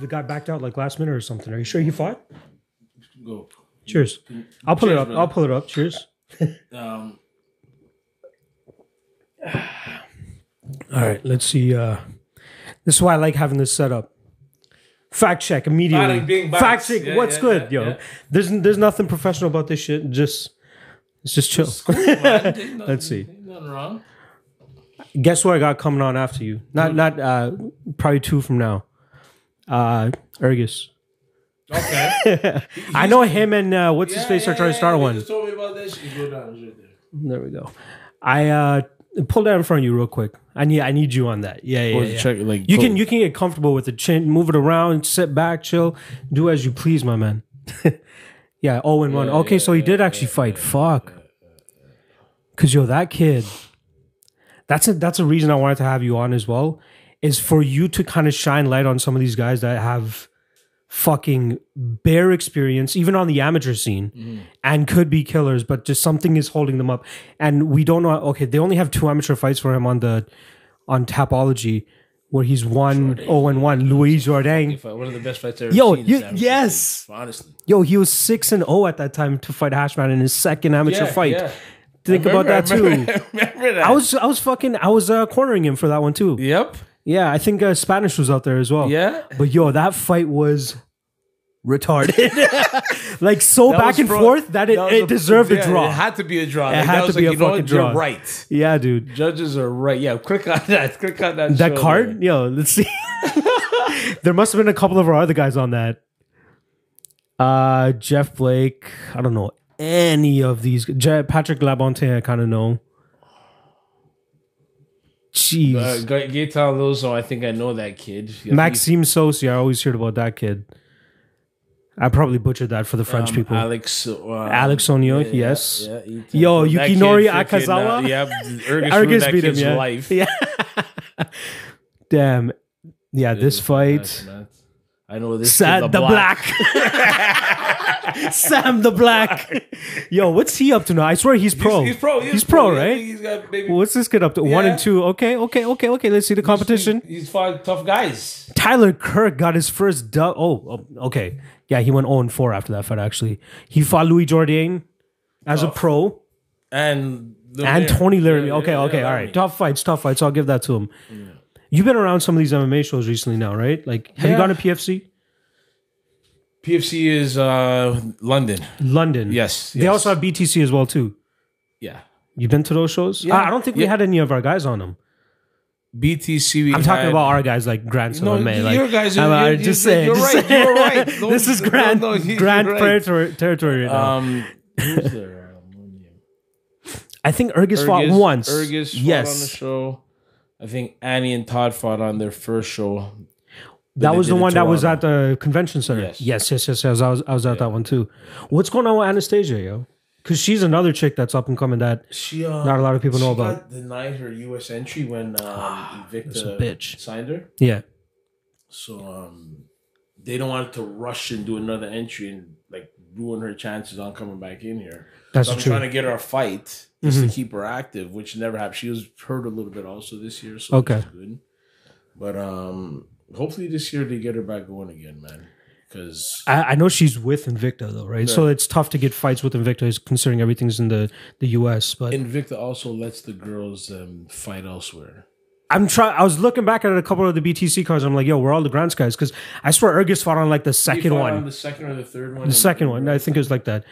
the guy backed out like last minute or something. Are you sure he fought? Go. Cheers. I'll pull it Cheers, up. brother. I'll pull it up. Cheers. Um, All right, let's see. Uh, this is why I like having this set up. Fact check immediately. Bada bing, bada. Fact check. Yeah, what's yeah, good, yeah, yo? yeah. There's there's nothing professional about this shit. Just it's just chill. Let's see. Nothing wrong. Guess what I got coming on after you? Not Hmm? not uh, probably two from now. Uh, Ergus. Okay. I know him and uh, what's his face are trying to start yeah, one. You just told me about that shit. Go down right there. There we go. I uh pull that in front of you real quick. I need I need you on that. Yeah, yeah. was yeah. it? Check, like, you pull- can you can get comfortable with the chin, move it around, sit back, chill, do as you please, my man. yeah, oh and one. Okay, so he did actually fight. Fuck. Cause yo, that kid. That's a that's a reason I wanted to have you on as well, is for you to kind of shine light on some of these guys that have fucking bare experience, even on the amateur scene, Mm-hmm. and could be killers, but just something is holding them up. And we don't know. Okay, they only have two amateur fights for him on the on Tapology, where he's one oh and one. Louis Jordan. Fight- One of the best fights I've ever Yo, seen. you- is Savage yes. Fury, Honestly. Yo, he was six and zero at that time to fight Hashman in his second amateur Yeah, fight. yeah. Think about that I too. remember, I remember that. I was I was fucking I was uh, cornering him for that one too. Yep. Yeah, I think uh, Spanish was out there as well. Yeah. But yo, that fight was retarded. like so That back was and fro- forth that it, that was it deserved yeah, a draw. It had to be a draw. It had to be a fucking draw. You're right. yeah, dude. Judges are right. Yeah, click on that. Click on that. That show card, yo, let's see. there must have been a couple of our other guys on that. Uh Jeff Blake, I don't know any of these. Je- Patrick Labonte, I kind of know. Jeez. Uh, Maxime Ga- Gaetan Lozo, I think I know that kid. Yeah, Maxime Sosi, I always heard about that kid. I probably butchered that for the French um, people. Alex. Uh, Alex Onyo, yeah, yes. yeah, E he- Yo, that Yukinori kid freaking, Akazawa? Uh, yeah, Argus Ergus, ruined that beat him, kid's yeah. life. Yeah. Damn. Yeah, this fight. I know this. Sad kid, the Black. Sam the Black. Yo, what's he up to now? I swear he's pro. He's, he's pro. He's pro, I think right? He's got maybe. What's this kid up to? One Yeah. and two. Okay, okay, okay, okay. Let's see the competition. He's five tough guys. Tyler Kirk got his first dub. Oh, oh, okay. Yeah, he went 0 and 4 after that fight, actually. He fought Louis Jourdain as a pro. And the and man. Tony Laramie. Yeah, okay, yeah, okay, yeah, all Laramie. right. Tough fights, tough fights. I'll give that to him. You've been around some of these MMA shows recently now, right? Like, have you Yeah. gone to PFC PFC is uh, London. London? Yes, They yes. also have BTC as well too. Yeah. You've been to those shows? Yeah. I I don't think we Yeah. had any of our guys on them. BTC. We I'm talking had- about our guys, like Grant No, Salome. like, your guys are- I'm, uh, you're- just you're- saying. you're just right, you're saying. right. Don't- this is no, Grant, no, you're Grant right. territory. territory right now. Um, who's there? Um, I think Ergus, fought Ergus- once. Ergus fought yes, on the show. I think Annie and Todd fought on their first show. that they was the did in one that was at Toronto. the convention center. Yes, Yes. yes, yes, yes. I was, I was at that one too. What's going on with Anastasia, yo? Because she's another chick that's up and coming. That She uh, Not a lot of people she know about Ah, got denied her U.S. entry when um, that's a Victor bitch. signed her. yeah. So um, they don't want to rush and do another entry and like ruin her chances on coming back in here. That's so I'm true. Mm-hmm. trying to get her a fight just to keep her active, which never happened. She was hurt a little bit also this year, so Okay. okay, good. But um, hopefully this year they get her back going again, man. Because I, I know she's with Invicta though, right? So it's tough to get fights with Invicta, is considering everything's in the the US. But Invicta also lets the girls um, fight elsewhere. I'm trying. I was looking back at a couple of the BTC cards. I'm like, yo, we're all the Grants guys because I swear Ergus fought on like the They second fought one, on the second or the third one. the second one. I think it was like that.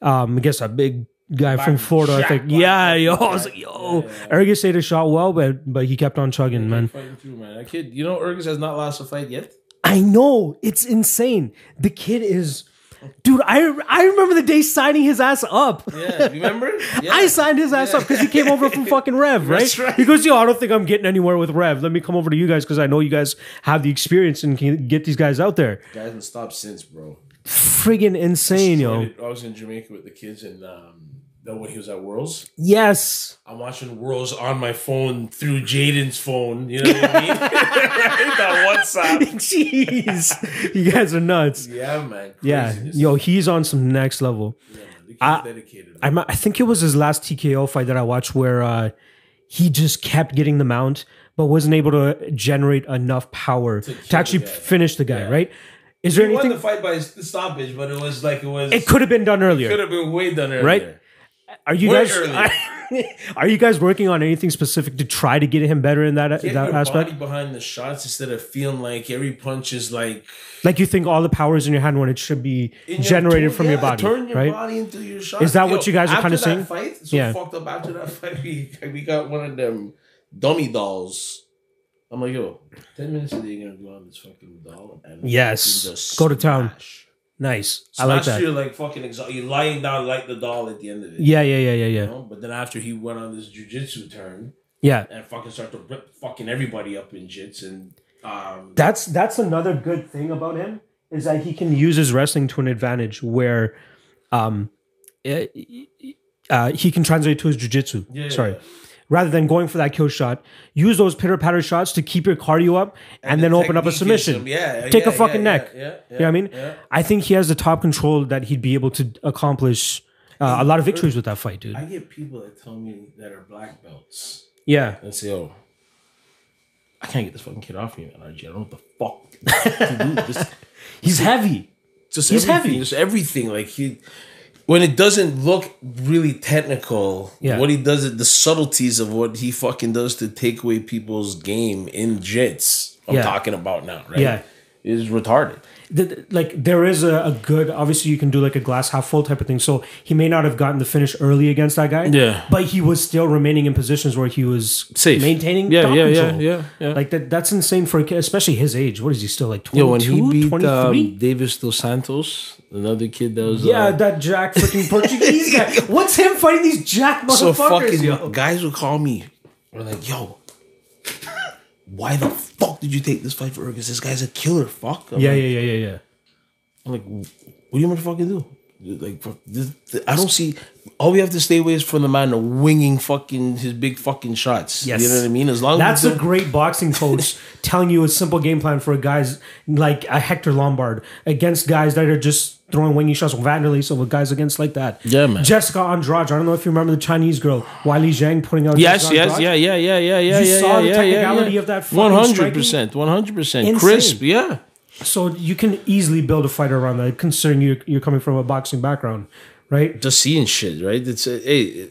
Um, I guess a big guy from Florida. I Shaq think. Black. Yeah, yo, I was like, yo, Ergus ate a shot well, but but he kept on chugging, man. Fighting through, man. That kid, you know, Ergus has not lost a fight yet. I know it's insane. The kid is, dude. I I remember the day signing his ass up. Yeah, remember? Yeah. I signed his ass up because he came over from fucking Rev, right? That's right. He goes, yo, I don't think I'm getting anywhere with Rev. Let me come over to you guys because I know you guys have the experience and can get these guys out there. Guys hasn't stopped since, bro. Friggin' insane, yo. I was in Jamaica with the kids, and um, then when he was at Worlds, Yes. I'm watching Worlds on my phone through Jaden's phone. You know what I mean? right? on WhatsApp. Jeez. you guys are nuts. Yeah, man. Yeah. Craziness. Yo, he's on some next level. Yeah, man. The kid's I- dedicated. I, mi- I think it was his last TKO fight that I watched where uh, he just kept getting the mount, but wasn't able to generate enough power to, kill actually the guy. finish the guy, Yeah. right? Is He there won the anything? fight by s- the stoppage, but it was like it was. It could have been done could earlier. have been way done earlier. Right? Are you way guys earlier. are you guys working on anything specific to try to get him better in that Get that your aspect? body behind the shots instead of feeling like every punch is like Like you think all the power is in your hand when it should be in your- generated from yeah, your body, Turn your right? body into your shot. Is that what you guys are after kinda that saying? Fight, so Yeah. fucked up after that fight. We we got one of them dummy dolls. I'm like, yo, ten minutes of you're gonna go on this fucking doll and Yes. fucking just Go to town. smash. Nice. Smash I like that. You're like fucking exhausted. You're lying down like the doll at the end of it. Yeah, yeah, yeah, yeah, You yeah. know? But then after he went on this jujitsu turn Yeah. and fucking started to rip fucking everybody up in jits and um That's that's another good thing about him is that he can use his wrestling to an advantage where um eh, uh, he can translate to his jujitsu. Yeah. Sorry. Rather than going for that kill shot, use those pitter patter shots to keep your cardio up and, then the open up a technique is submission. him. Yeah, Take a yeah, fucking yeah, neck. yeah, yeah, you know what I mean? yeah. I think he has the top control that he'd be able to accomplish uh, a lot of victories with that fight, dude. I get people that tell me that are black belts Yeah. and say, "Oh, I can't get this fucking kid off me, man. RG. I don't know what the fuck to do. Just, He's heavy. just He's everything, heavy. Just everything. Like he, when it doesn't look really technical, Yeah. what he does is the subtleties of what he fucking does to take away people's game in jits. I'm Yeah. talking about now, right? Yeah. is retarded. th- th- like there is a, a good obviously you can do like a glass half full type of thing so he may not have gotten the finish early against that guy Yeah. but he was still remaining in positions where he was Safe. maintaining Yeah, top yeah, yeah, control. yeah, yeah. like that that's insane for a kid especially his age what is he still like 22 Yeah, when he beat 23 um, Davis Dos Santos, another kid that was yeah uh, that jack freaking portuguese guy what's him fighting these jack so motherfuckers fucking yo? guys would call me. We're like, yo, why the fuck did you take this fight for Ergus? This guy's a killer. Fuck. I'm yeah like, yeah yeah yeah yeah I'm like, what do you want to fucking do? Like, fuck, this, th- I don't see. All we have to stay away is from the man of winging fucking his big fucking shots. Yes. You know what I mean? As long That's as a great boxing coach telling you a simple game plan for guys like a Hector Lombard against guys that are just throwing wingy shots, Vanderlei Silva, guys against like that. Yeah, man. Jessica Andrade. I don't know if you remember the Chinese girl, Wiley Zhang, putting out. Yes, Jessica yes, Andrade. yeah, yeah, yeah, yeah, yeah. You yeah, saw the yeah, yeah, yeah, technicality yeah. of that fucking One hundred percent, one hundred percent, Insane. crisp. Yeah, So you can easily build a fighter around that, considering you're, you're coming from a boxing background, right? just seeing shit, right? It's a, hey,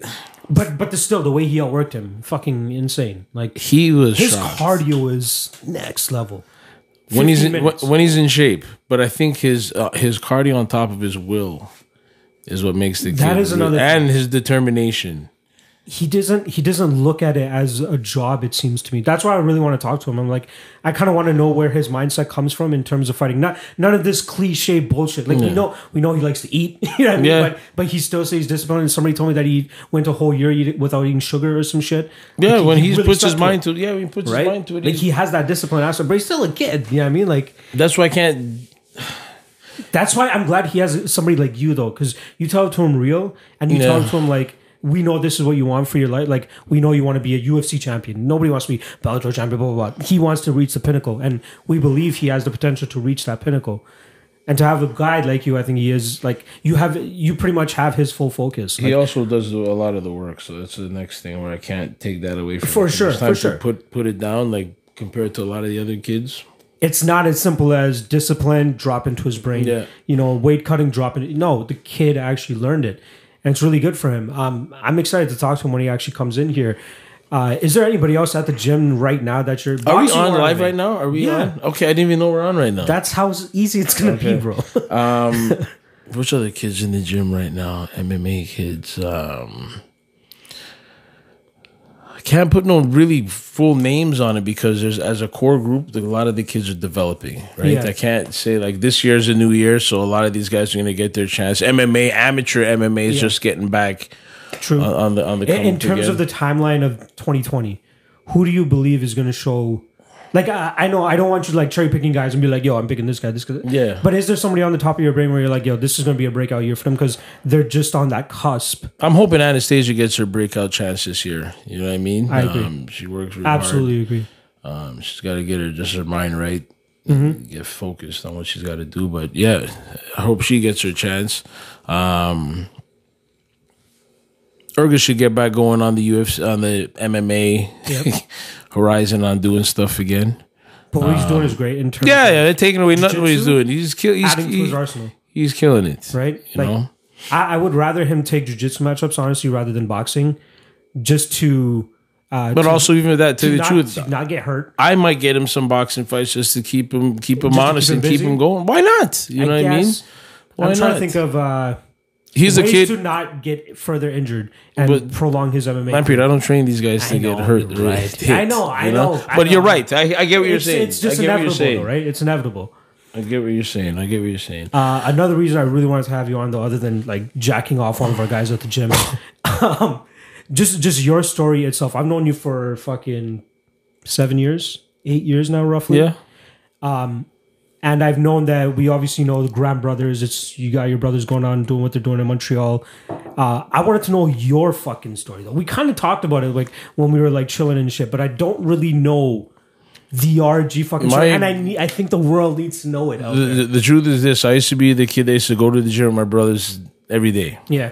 But but the, still, the way he outworked him, fucking insane. Like he was his shocked. cardio is next level. when he's 15 in, when, minutes. when he's in shape. But I think his uh, his cardio on top of his will is what makes the That kid is another good. and his determination. he doesn't he doesn't look at it as a job it seems to me that's why i really want to talk to him i'm like i kind of want to know where his mindset comes from in terms of fighting not none of this cliche bullshit like we know we know he likes to eat you know what i mean Yeah. but but he still says disciplined and somebody told me that he went a whole year eat- without eating sugar or some shit Yeah, Like, when he, really puts his stuck mind it, to it, yeah, when he puts right his mind to it. like he- he has that discipline aspect but he's still a kid you know what i mean like that's why I can't. that's why i'm glad he has somebody like you though because you tell it to him real and you tell Yeah. it to him like we know this is what you want for your life. Like we know you want to be a UFC champion. Nobody wants to be Bellator champion. Blah blah blah. He wants to reach the pinnacle, and we believe he has the potential to reach that pinnacle. And to have a guide like you, I think he is like you have. You pretty much have his full focus. Like, He also does do a lot of the work, so that's the next thing where I can't take that away from. For him. sure, It's time for sure. To put put it down, like compared to a lot of the other kids. it's not as simple as discipline drop into his brain. Yeah. You know, weight cutting drop in. No, the kid actually learned it, and it's really good for him. Um, I'm excited to talk to him when he actually comes in here. Uh, is there anybody else at the gym right now that you're? Are we on live right now? Are we Yeah. on? Okay, I didn't even know we're on right now. That's how easy it's gonna be, Okay. bro. Which other kids in the gym right now? MMA kids. Um, I can't put no really full names on it because there's as a core group, the- a lot of the kids are developing, right? Yeah. I can't say like this year's a new year, so a lot of these guys are going to get their chance. MMA, amateur MMA is Yeah. just getting back True. on, on the on the. in, in come up terms again. of the timeline of 2020, who do you believe is gonna show? Like I, I know I don't want you to like cherry picking guys and be like, yo, I'm picking this guy, this guy. Yeah. But is there somebody on the top of your brain where you're like, yo, this is gonna be a breakout year for them because they're just on that cusp? I'm hoping Anastasia gets her breakout chance this year. You know what I mean? I agree. Um, she works really hard. Absolutely agree. Um, she's got to get her just her mind right, get focused on what she's got to do. But yeah, I hope she gets her chance. Um, Erga should get back going on the UFC, on the MMA horizon, on doing stuff again. But what he's doing is great in terms Um, Yeah, of yeah, they're taking away nothing. What he's Jiu-jitsu? doing, he's kill, he's adding to his he- arsenal, he's killing it. right? You know? I, I would rather him take jujitsu matchups, honestly, rather than boxing, just to, uh, But to, also, even with that, to the not, truth, to not get hurt. I might get him some boxing fights just to keep him keep him Just to keep honest him and keep busy? him going. Why not? You know what I mean? guess. Why I'm trying to not? think of uh, He's a ways kid. to not get further injured and But- prolong his MMA. Man, Peter, I don't train these guys to I know, get hurt. you're right. hit, I know, I you know, I But know. you're right. I, I get what you're it's, saying. it's just I get what you're inevitable, saying. though, right? It's inevitable. I get what you're saying. I get what you're saying. Uh, another reason I really wanted to have you on, though, other than like jacking off one of our guys at the gym, um, just just your story itself. I've known you for fucking seven years, eight years now, roughly. yeah. and I've known that we obviously know the Graham brothers. It's you got your brothers going on doing what they're doing in Montreal. Uh, I wanted to know your fucking story though. We kind of talked about it like when we were like chilling and shit, but I don't really know the RG fucking story, My- and I need, I think the world needs to know it. out The, there. the, the truth is this: I used to be the kid that used to go to the gym with my brothers every day. Yeah,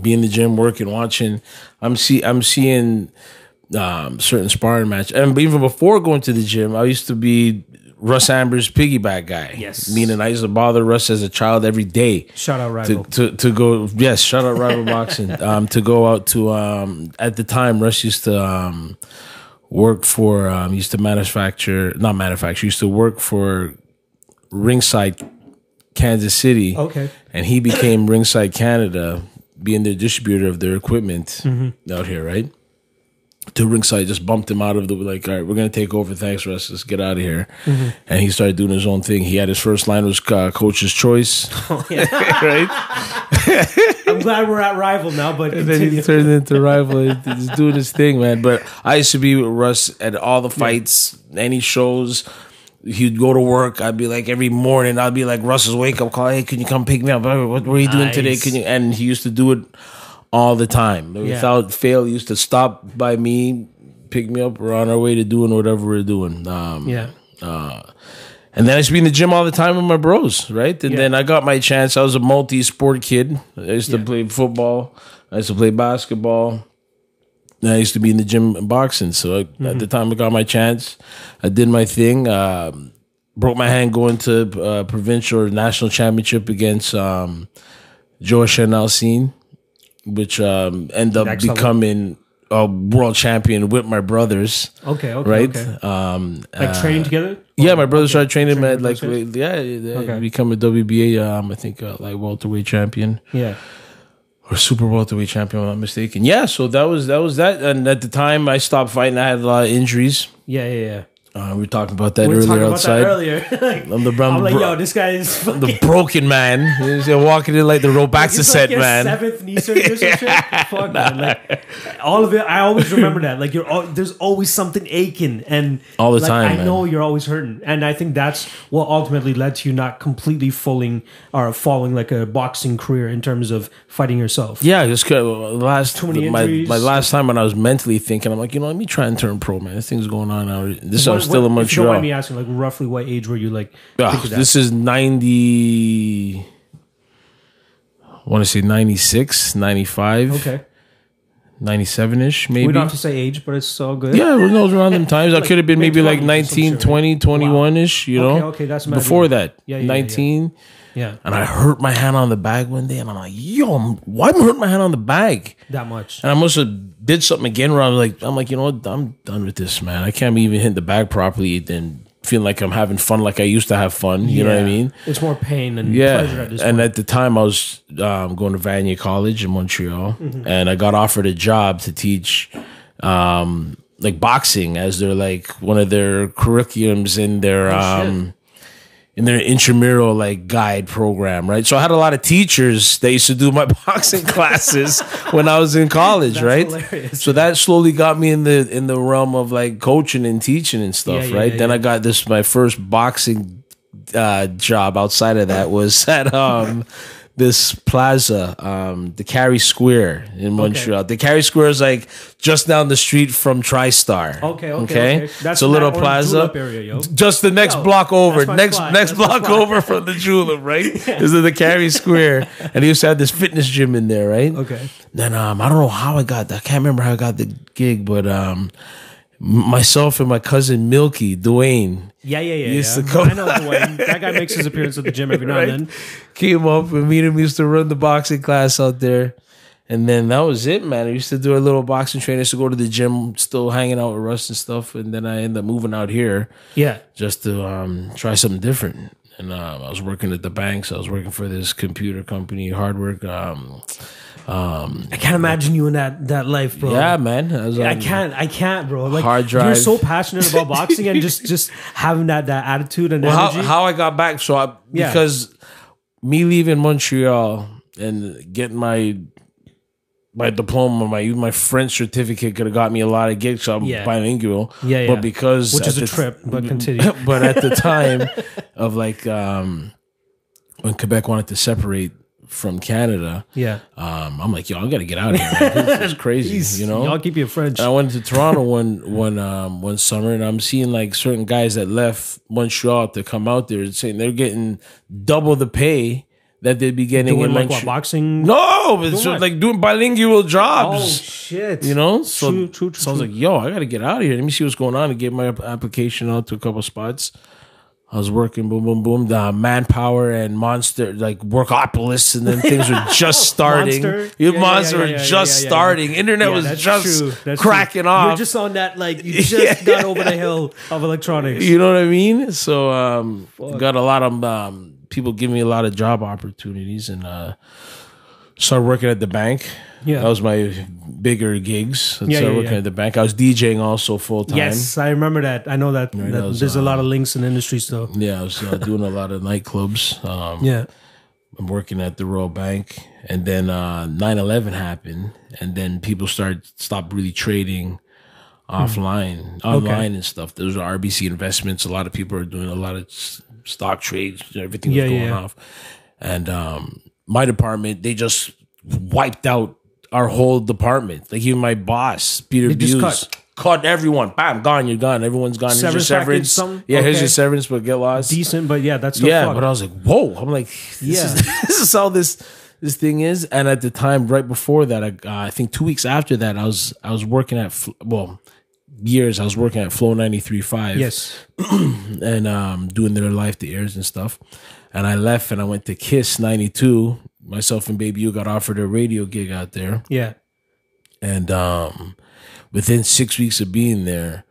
be in the gym working, watching. I'm see I'm seeing um, certain sparring match, and even before going to the gym, I used to be Russ Amber's piggyback guy. Yes. meaning I used to bother Russ as a child every day. shout out To, rival. to, to go yes shout out rival boxing um to go out to um at the time Russ used to um work for um used to manufacture not manufacture used to work for ringside Kansas City okay, and he became Ringside Canada, being the distributor of their equipment out here, right? To Ringside just bumped him out of the like, all right, we're gonna take over. Thanks, Russ. Let's get out of here. And he started doing his own thing. He had his first line was uh, Coach's Choice, right? I'm glad we're at rival now, but And then continue. he turned into rival. He's doing his thing, man. But I used to be with Russ at all the fights, any shows. He'd go to work. I'd be like every morning. I'd be like Russ's wake up call. Hey, can you come pick me up? What were you doing today? Nice. Can you? And he used to do it all the time without fail. He used to stop by me, pick me up. We're on our way to doing whatever we're doing. Um, yeah, uh, and then I used to be in the gym all the time with my bros, right? And then I got my chance. I was a multi sport kid. I used to play football, I used to play basketball. And I used to be in the gym and boxing. So I, Mm-hmm. at the time I got my chance, I did my thing. Um, broke my hand going to uh, provincial or national championship against um, Josh and Alcine, which um, ended up Next level. becoming a world champion with my brothers, okay, okay, right? okay. Um, Like training together. yeah, my brother started training him at like Okay. like, yeah, yeah Okay. become a WBA um I think uh, like welterweight champion Yeah, or super welterweight champion if I'm not mistaken. Yeah, so that was that was that and at the time I stopped fighting I had a lot of injuries. yeah, yeah, yeah. Uh, we were talking about that We were talking earlier about outside. that earlier. Like, I'm the brown I'm like, bro- yo, this guy is fucking. the broken man. He's walking in like the Robaxa It's set your man. Seventh knee surgery or some shit. Fuck man, like all of it. I always remember that. Like you're, al- there's always something aching, and All the like, time, I man. know you're always hurting, and I think that's what ultimately led to you not completely falling or following like a boxing career in terms of fighting yourself. Yeah, just 'cause, uh, last many my, injuries. my last time when I was mentally thinking, I'm like, you know, let me try and turn pro, man. This thing's going on now. This I'm What- still what- in if you don't Montreal. mind me asking, like roughly what age were you? Like, Ah, think of that? this is 90 I want to say 96, 95, okay. 97ish We maybe. don't have to say age, but it's all good. yeah, who knows around them times. I could have been maybe like mid-twenties or some 19, shit, 20, 21ish, you Okay, know. okay, that's mad Before young. that, Yeah, yeah, yeah, 19 yeah, and I hurt my hand on the bag one day and I'm like, "Yo, I'm- why am I hurting my hand on the bag?" that much. And I must have did something again where I was like, I'm like, you know what? I'm done with this, man. I can't even hit the bag properly and feeling like I'm having fun like I used to have fun. You know what I Yeah. mean? It's more pain and Yeah. pleasure at this and at the time, I was um, going to Vanier College in Montreal, Mm-hmm. and I got offered a job to teach um, like boxing as their like one of their curriculums in their Oh, shit. um, in their intramural like guide program, right? So I had a lot of teachers that used to do my boxing classes when I was in college, right? hilarious. So that slowly got me in the in the realm of like coaching and teaching and stuff, Yeah, yeah, right? yeah, then yeah. I got this my first boxing uh, job outside of that was at um this plaza, um, the Carry Square in Montreal. The Carry Square is like just down the street from TriStar. Okay, okay, okay. That's That's it's a little that orange plaza. julep area, yo. Just the next Yo, block over. that's my Next spot. next That's my block spot. over from the julep, right? Is the Carry Square, and he used to have this fitness gym in there, right? Okay. Then um, I don't know how I got that. I can't remember how I got the gig, but um, m- myself and my cousin Milky Dwayne. Yeah, yeah, yeah. Used yeah. to come- I know Dwayne. That guy makes his appearance at the gym every now right? and then. Came up and me and him used to run the boxing class out there. And then that was it, man. I used to do a little boxing training, used to go to the gym, still hanging out with Russ and stuff. And then I ended up moving out here Yeah. just to um, try something different. And um, I was working at the banks. I was working for this computer company, hard work. Um, um, I can't imagine you in that that life, bro. yeah, man. I, was I on- can't, I can't, bro. Like Hard you're drive. so passionate about boxing and just just having that that attitude and Well, energy. how, how I got back. So I Yeah. because me leaving Montreal and getting my my diploma, my my French certificate could have got me a lot of gigs. So I'm Yeah. bilingual. Yeah, yeah. But because which at is a the- trip, but continue. but at the time of like um when Quebec wanted to separate from Canada, Yeah, um, I'm like, yo, I gotta get out of here. man. This is crazy. you know, Uh, y'all keep your French. and I went to Toronto one one um one summer, and I'm seeing like certain guys that left Montreal to come out there, saying they're getting double the pay that they'd be getting Doing in like what Montreal. boxing? No, it's Doing what? like doing bilingual oh jobs. shit! You know, so, True, true, true, so I was true. like, "Yo, I gotta get out of here. Let me see what's going on." And get my app- application out to a couple spots. I was working, boom, boom, boom. The manpower and monster, like workopolis, and then things were just starting. Monster? You Yeah, monster yeah, were yeah, yeah, just yeah, yeah. starting. Internet Yeah, was that's just true. That's true. cracking off. You're just on that, like you just Yeah. got over the hill of electronics. You know what I mean? So um, got a lot of um, people giving me a lot of job opportunities, and uh, started working at the bank. Yeah. that was my bigger gigs. I Yeah, started yeah, working yeah. at the bank. I was DJing also full time. Yes, I remember that. I know that, that that was, there's a lot of links in industry still. Yeah, I was uh, doing a lot of nightclubs. Um, Yeah. I'm working at the Royal Bank, and then uh, 9/11 happened, and then people started stop really trading Hmm. offline, online, and stuff. Those are RBC investments. A lot of people are doing a lot of s- stock trades. Everything was Yeah, going yeah. off, and um, my department they just wiped out our whole department. Like even my boss, Peter just Buse. cut. Cut. everyone. Bam, gone, you're gone. Everyone's gone. Here's your Severance package, severance. something? Yeah, here's Okay. your severance, but get lost Decent, but yeah, that's still yeah, fucked. but uh, I was like, whoa! I'm like, this, Yeah. is, this is how this this thing is. And at the time, right before that, I, uh, I think two weeks after that, I was I was working at Fl- well years. I was working at Flow 93.5 yes. and um, doing their live to airs and stuff. And I left and I went to Kiss 92. Myself and Baby U got offered a radio gig out there, Yeah. and um, within six weeks of being there,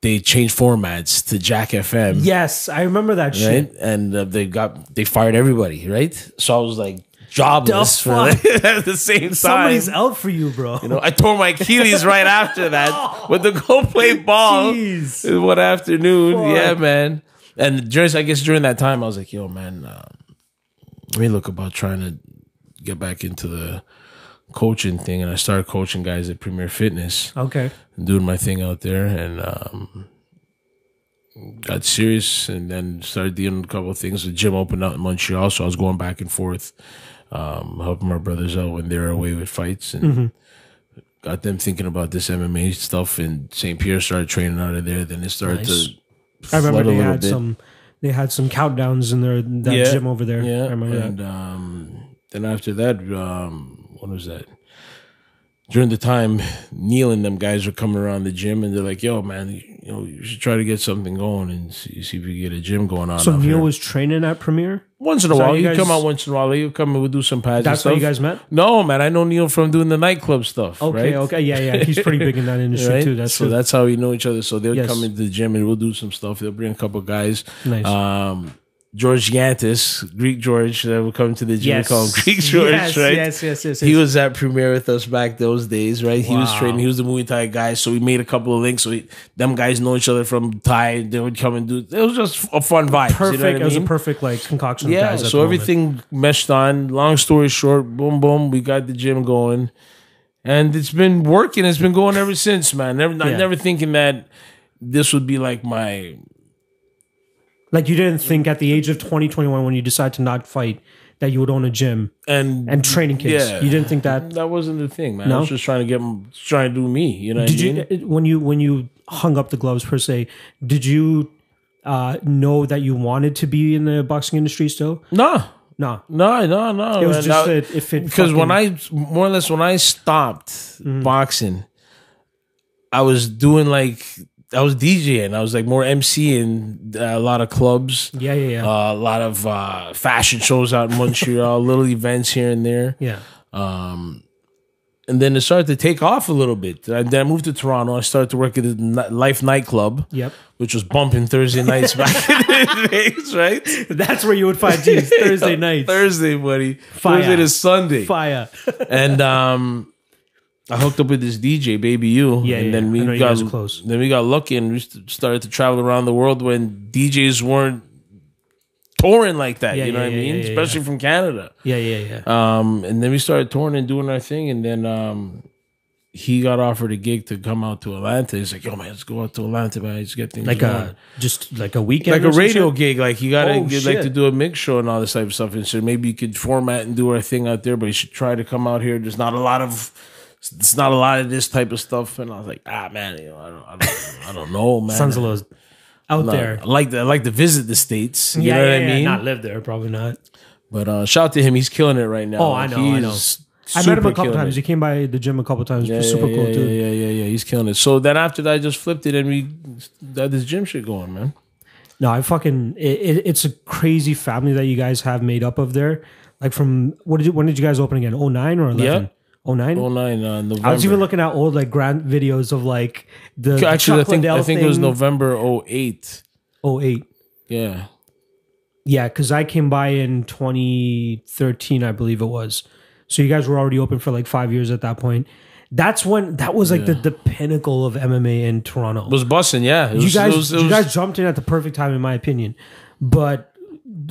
they changed formats to Jack FM Yes, I remember that shit. right? And uh, they got they fired everybody, right? So I was like jobless The for at the same time. Somebody's out for you, bro. you know, I tore my Achilles right after that with the go play ball. Jeez. in One afternoon, Fuck. yeah, man. And during, I guess during that time, I was like, yo, man, uh, let me look about trying to get back into the coaching thing. And I started coaching guys at Premier Fitness Okay. doing my thing out there and um, got serious and then started dealing with a couple of things. The gym opened up in Montreal, so I was going back and forth, um, helping my brothers out when they were away with fights and Mm-hmm. got them thinking about this MMA stuff. And St. Pierre started training out of there. Then it started Nice. to. I remember flood a they little had bit. some they had some countdowns in their that Yeah. gym over there. Yeah, I remember and that. um, then after that, um, what was that? During the time, Neil and them guys were coming around the gym, and they're like, "Yo, man, you know, you should try to get something going and see, see if you get a gym going on." So out Neil here." was training at Premier? once in a so while, you you guys- come out once in a while, you come and we do some pads. and That's how you stuff. guys met? No, man, I know Neil from doing the nightclub stuff. Okay, right? okay. Yeah, yeah. He's pretty big in that industry Right? too. That's so true. that's how we know each other. So they'll Yes. come into the gym and we'll do some stuff. They'll bring a couple guys. Nice. Um, George Yantis, Greek George, that will come to the gym. We call him Greek George, yes, right? Yes, yes, yes, yes. He was at Premier with us back those days, right? He was Wow. training. He was the Muay Thai guy, so we made a couple of links. So we, them guys know each other from Thai. They would come and do. It was just a fun vibe. perfect. You know what I It was a mean? perfect like concoction yeah. of guys. at So the moment. everything meshed on. Long story short, boom, boom, we got the gym going, and it's been working. It's been going ever since, man. Never, Yeah. I'm never thinking that this would be like my Like you didn't think at the age of 20, 21, when you decide to not fight, that you would own a gym and and training kids. Yeah. You didn't think that? that wasn't the thing, man. I No? was just trying to get trying to do me. You know what Did I mean? you uh, when you when you hung up the gloves per se? Did you uh, know that you wanted to be in the boxing industry still? no, No, no, no, no. it was man. just That- that if it because when fucking- Mm-hmm. I more or less when I stopped boxing, I was doing like I was DJing. I was like more MCing uh, a lot of clubs, yeah yeah yeah uh, a lot of uh, fashion shows out in Montreal, little events here and there. yeah And then it started to take off a little bit. I, then I moved to Toronto. I started to work at the Ni- Life nightclub, yep. which was bumping Thursday nights back in the days, right? That's where you would find G's Thursday nights. Thursday, buddy. Fire. Thursday to Sunday. Fire. and um I hooked up with this DJ, baby you, Yeah, and yeah, then yeah. I know we you got guys are close. then we got lucky and we st- started to travel around the world when DJs weren't touring like that. Yeah, you know yeah, what I yeah, mean, yeah, yeah, especially from Canada. Yeah yeah yeah. Um, and then we started touring and doing our thing, and then um, he got offered a gig to come out to Atlanta. He's like, "Yo, man, let's go out to Atlanta, man. Let's get things like going." a just like a weekend like or a some radio shit? gig. Like you gotta Oh, you like shit. to do a mix show and all this type of stuff. And so maybe you could format and do our thing out there, but you should try to come out here. There's not a lot of it's not a lot of this type of stuff. And I was like, ah man, you know, I don't I don't, I don't know, man. sounds a little out Uh, there I like to, I like to visit the states. You know what I mean? not live there probably not But uh, shout out to him. He's killing it right now. Oh, I know, I know. I met him super a couple killing times it. he came by the gym a couple times Yeah, super yeah, cool yeah, dude Yeah, yeah, yeah, yeah. He's killing it. So then after that, I just flipped it and we got this gym shit going, man. no I fucking it, it, it's a crazy family that you guys have made up of there like from what did you, when did you guys open again 09 or 11 09 Oh nine, uh, November. I was even looking at old like grand videos of like the the Actually, I think Chocolatel I think it was thing. November 08. 08 Yeah. Yeah, because I came by in 2013, I believe it was. So you guys were already open for like five years at that point. That's when that was like the, the pinnacle of MMA in Toronto. It was busting, yeah. It you was- guys, it was- it you was- guys jumped in at the perfect time, in my opinion. But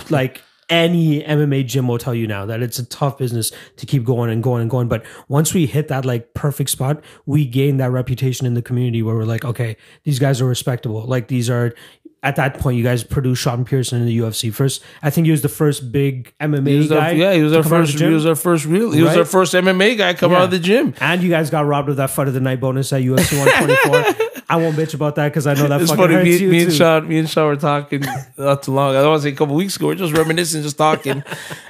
like any MMA gym will tell you now that it's a tough business to keep going and going and going. But once we hit that like perfect spot, we gained that reputation in the community where we're like, okay, these guys are respectable. Like these are. At that point, you guys produced Sean Pearson in the UFC first. I think he was the first big MMA he was our- guy. yeah, he was to our come out of the first. He gym. was our first real. He was Right? our first MMA guy come out of the gym. and you guys got robbed of that fight of the night bonus at UFC 124. I won't bitch about that because I know that It's fucking funny. hurts Me, you me too. and Sean, me and Sean were talking not too long. I want to say a couple weeks ago. We are just reminiscing, just talking,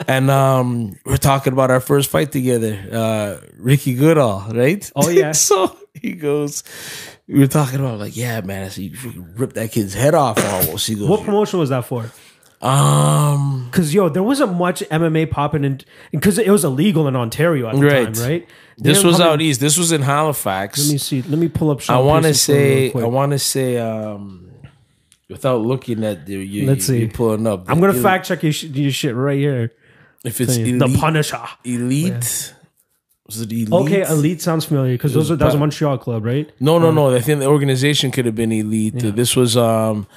and um, we are talking about our first fight together. Uh, Ricky Goodall, right? Oh, yeah. so he goes. We were talking about like, yeah, man. I said, you freaking ripped that kid's head off almost. He goes, What promotion was that for? um, Because yo, there wasn't much MMA popping in because it was illegal in Ontario at the Right. time, right? They this didn't was come in- out east. This was in Halifax. Let me see. Let me pull up. Sean I want to Pearson for you real say, quick. I want to say, um, without looking at the, you, Let's you, see. you pulling up. I'm gonna Ill- fact check your, sh- your shit right here. if it's elite, The Punisher. elite. Was it elite? Okay, uh, Elite sounds familiar because those are that was a Montreal club, right? No, no, uh, no. I think the organization could have been elite. This was um,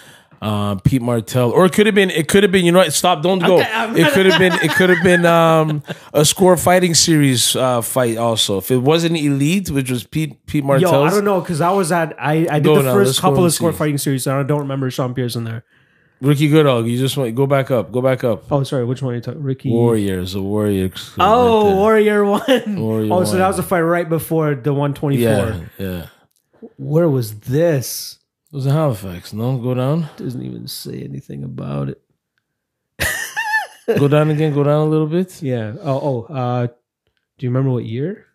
uh, Pete Martell, or it could have been. It could have been. You know, what? stop. Don't go. I'm- it could have been. It could have been um, a score fighting series uh, fight. Also, if it wasn't elite, which was Pete Pete Yo, Martell's. I don't know because I was at I I did Go the now, let's first go couple and of score see. fighting series and I don't remember Sean Pearson there. Ricky Goodall, you just want go back up, go back up. Oh, sorry, which one are you talking? Ricky. Warriors, the Warriors. Oh, Right Warrior One. Warrior oh, so that One. was a fight right before the 124. there. yeah, yeah. It Where was this? was in Halifax. No, go down, Doesn't even say anything about it. go down again, go down a little bit. Yeah. Oh, oh. Uh, do you remember what year?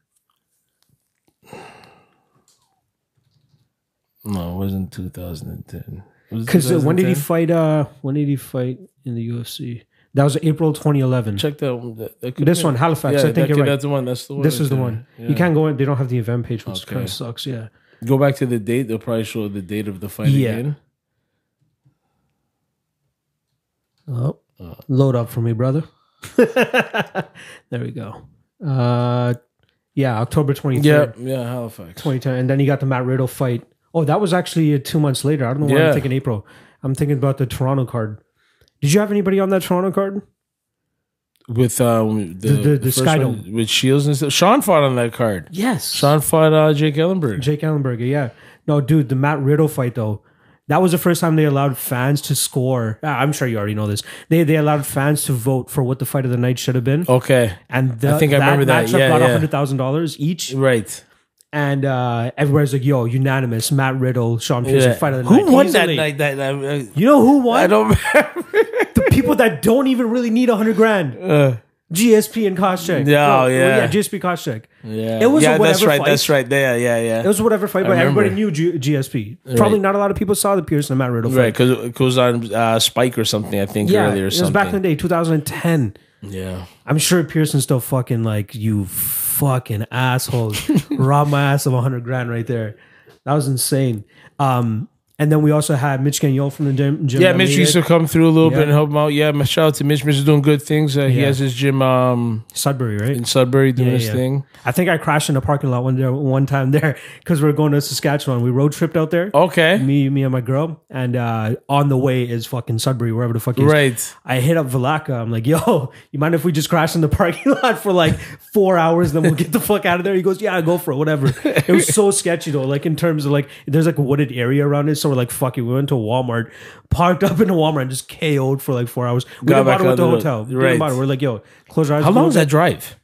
No, it wasn't 2010. Was it Because uh, when did he 2010? fight? Uh, when did he fight in the UFC? That was April 2011. check that one? That, that could This be- one, Halifax. Yeah, I think that you're could- right. That's the one. That's the one. This is the right one. there. You Yeah. can't go in. They don't have the event page, which Okay. kind of sucks. Yeah. go back to the date. They'll probably show the date of the fight Yeah. again. Oh, load up for me, brother. there we go. Uh, yeah, October 23rd, Yeah, yeah, Halifax. 2010, and then you got the Matt Riddle fight. Oh, that was actually uh, two months later. I don't know why Yeah. I'm thinking April. I'm thinking about the Toronto card. Did you have anybody on that Toronto card? With um, the, The- the- the first Sky one with Shields and stuff. Sean fought on that card. Yes, Sean fought uh, Jake Ellenberg. Jake Ellenberger, yeah. No, dude, the Matt Riddle fight though. That was the first time they allowed fans to score. Ah, I'm sure you already know this. They they allowed fans to vote for what the fight of the night should have been. Okay. And the, Oh, I think I that remember that. matchup Yeah, got yeah. hundred thousand dollars each, Right. and uh, everybody's like, "Yo, unanimous." Matt Riddle, Sean Pearson, fight of the Who night. won that Easily. night? That, that, uh, You know who I won? don't remember. The people that don't even really need hundred grand. GSP and Koscheck. Uh. Yeah, yeah. yeah. GSP Koscheck. Yeah. It was yeah, a that's whatever right. fight. That's right. Yeah, yeah, yeah. It was whatever fight, but remember. everybody knew G- GSP. Probably not a lot of people saw the Pearson and Matt Riddle fight. Right, because it was on uh, Spike or something, I think, Yeah, earlier or it was something. back in the day, 2010. yeah. I'm sure Pearson's still fucking like you fucking assholes. Robbed my ass of 100 grand right there. That was insane. Um, and then we also had Mitch Gagnon from the gym. gym Yeah, that Mitch made used it. to come through a little Yeah. bit and help him out. Yeah, my shout out to Mitch. Mitch is doing good things. Uh, He Yeah. has his gym um, Sudbury, right? in Sudbury doing Yeah, his yeah. thing. I think I crashed in a parking lot one day, one time there because we were going to Saskatchewan. We road tripped out Oh. there. Okay. Me, me and my girl, and uh, on the way is fucking Sudbury, wherever the fuck it is. Right. I hit up Velaka. I'm like, yo, you mind if we just crash in the parking lot for like four hours, then we'll get the fuck out of there? He goes, yeah, go for it, whatever. It was so sketchy though, like in terms of like, there's like a wooded area around it. So we're like, fuck it. We went to Walmart, parked up in a Walmart, and just KO'd for like four hours. We Got didn't back bother with the on the hotel. road. We didn't Right. bother. We're like, yo, close your eyes. How long We'll is go- that drive?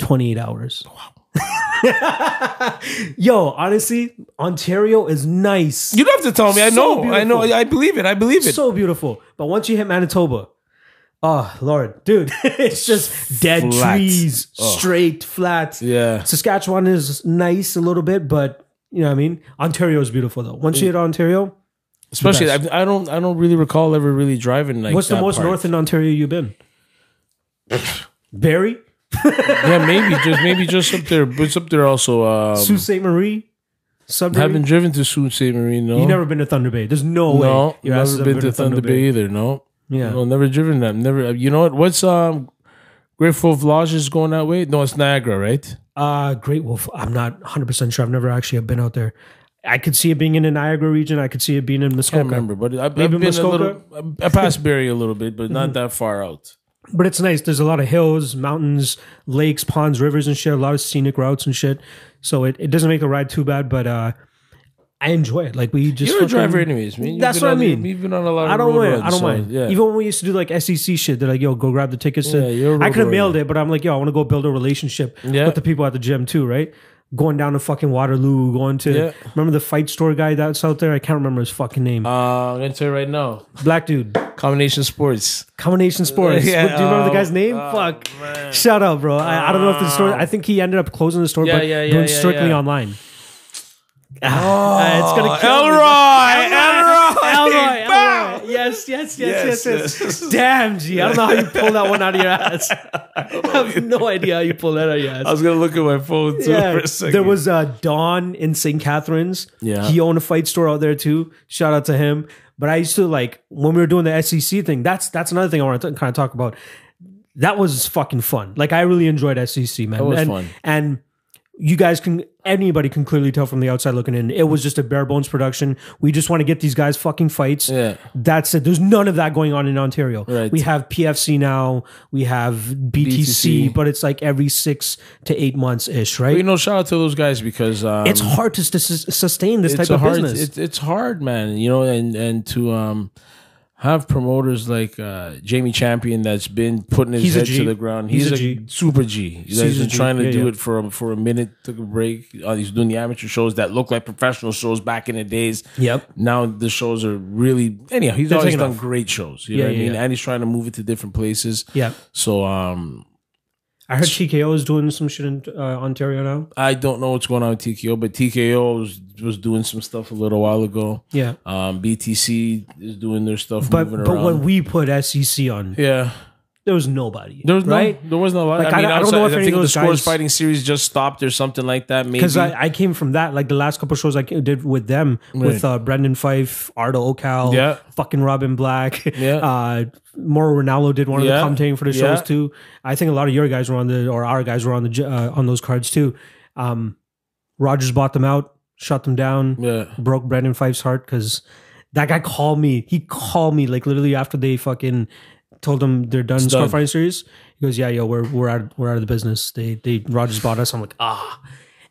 28 hours. yo, honestly, Ontario is nice. You don't have to tell me. I So know. I know. beautiful. I believe it. I believe it. so beautiful. But once you hit Manitoba, oh lord, dude, it's just dead Flat. Oh. trees, straight flats. yeah. Saskatchewan is nice a little bit, but you know what I mean. Ontario is beautiful though. Once you hit Ontario, Especially, best. I, I don't. I don't really recall ever really driving like. what's the that most part. north in Ontario you've been? Barry, Yeah, maybe just maybe just up there. But it's up there also. Um, Sault Ste. Marie, Sudbury. haven't driven to Sault Ste. Marie. No. You've never been to Thunder Bay. There's no, way. No, your ass has never ever been to Thunder Bay, either. No, Yeah. no, never driven that. Never. uh, You know what? What's um, Grateful Lodge is going that way? No, it's Niagara, right? Uh, Great Wolf. I'm not 100 percent sure. I've never actually been out there. I could see it being in the Niagara region. I could see it being in I Muskoka. can't remember, but I, I've Maybe been Muskoka? a little. I passed Barrie a little bit, but not that far out. But it's nice. There's a lot of hills, mountains, lakes, ponds, rivers, and shit. A lot of scenic routes and shit. So it, it doesn't make the ride too bad. But uh, I enjoy it. Like we just You're a fucking- driver, anyways. Man. You've That's been what I on the- mean. You've been on a lot. I of don't road mind. runs, I don't so, mind. Yeah. Even when we used to do like SEC shit, they're like, "Yo, go grab the tickets." to- Yeah, you're a I could have road mailed it, but I'm like, "Yo, I want to go build a relationship Yeah. with the people at the gym too, right?" Going down to fucking Waterloo, going to Yeah. remember the fight store guy that's out there. I can't remember his fucking name. uh, I'm gonna tell you right now. Black dude, Combination sports. combination sports. Yeah, What- Do you remember the guy's oh, name? oh, Fuck. Shout out, bro. I, I don't know if the store. I think he ended up closing the store, Yeah, but yeah, yeah, doing yeah, strictly yeah. online. uh, Ah, it's gonna kill me. Elroy, Elroy, Elroy. Bow! Yes, yes, yes, yes, Yes, yes, yes. Damn, G. I don't know how you pull that one out of your ass. I have no idea how you pull that out of your ass. I was gonna look at my phone too Yeah, for a second. there was uh, Don in St. Catharines. Yeah. he owned a fight store out there too. Shout out to him. But I used to like when we were doing the SEC thing. That's that's another thing I want to kind of talk about. That was fucking fun. Like I really enjoyed SEC, man. That was and, fun. And you guys can anybody can clearly tell from the outside looking in. It was just a bare bones production. We just want to get these guys fucking fights. Yeah. That's it. There's none of that going on in Ontario. Right. We have PFC now. We have BTC, BTC. but it's like every six to eight months ish, right? You know, shout out to those guys because um, it's hard to sus- sustain this type a of hard, business. It, it's hard, man. You know, and and to um have promoters like uh Jamie Champion that's been putting his He's a head G. to the ground. He's He's, a a, G. super G. He's He's a been G. trying to Yeah, do yeah. it for a, for a minute. Took a break. Uh, he's doing the amateur shows that look like professional shows back in the days. Yep. Now the shows are really anyhow. He's always taking done off. great shows. You Yeah, know yeah, what I mean? yeah. And he's trying to move it to different places. yeah, So um, I heard TKO is doing some shit in uh, Ontario now. I don't know what's going on with TKO, but TKO was, was doing some stuff a little while ago. Yeah, Um, BTC is doing their stuff, but moving but around. when we put SEC on, yeah, there was nobody. there was no, right? there wasn't a lot. Like, I I mean, don't- I don't outside- I, know if any of think the those Scores guys- Fighting series just stopped or something like that. Maybe because I, I came from that. Like the last couple shows I ca- did with them, with uh, Brendan Fife, Ardo Ocal, Yeah. fucking Robin Black, Yeah. uh, Mauro Ronaldo did one Yeah. of the commentating for the Yeah. shows too. I think a lot of your guys were on the or our guys were on the j- uh, on those cards too. Um, Rogers bought them out, shut them down, yeah, broke Brendan Fife's heart because that guy called me. He called me like literally after they fucking told him they're done Score done. Fighting series. He goes, "Yeah, yo, we're we're out we're out of the business. They they Rogers bought us." I'm like, ah.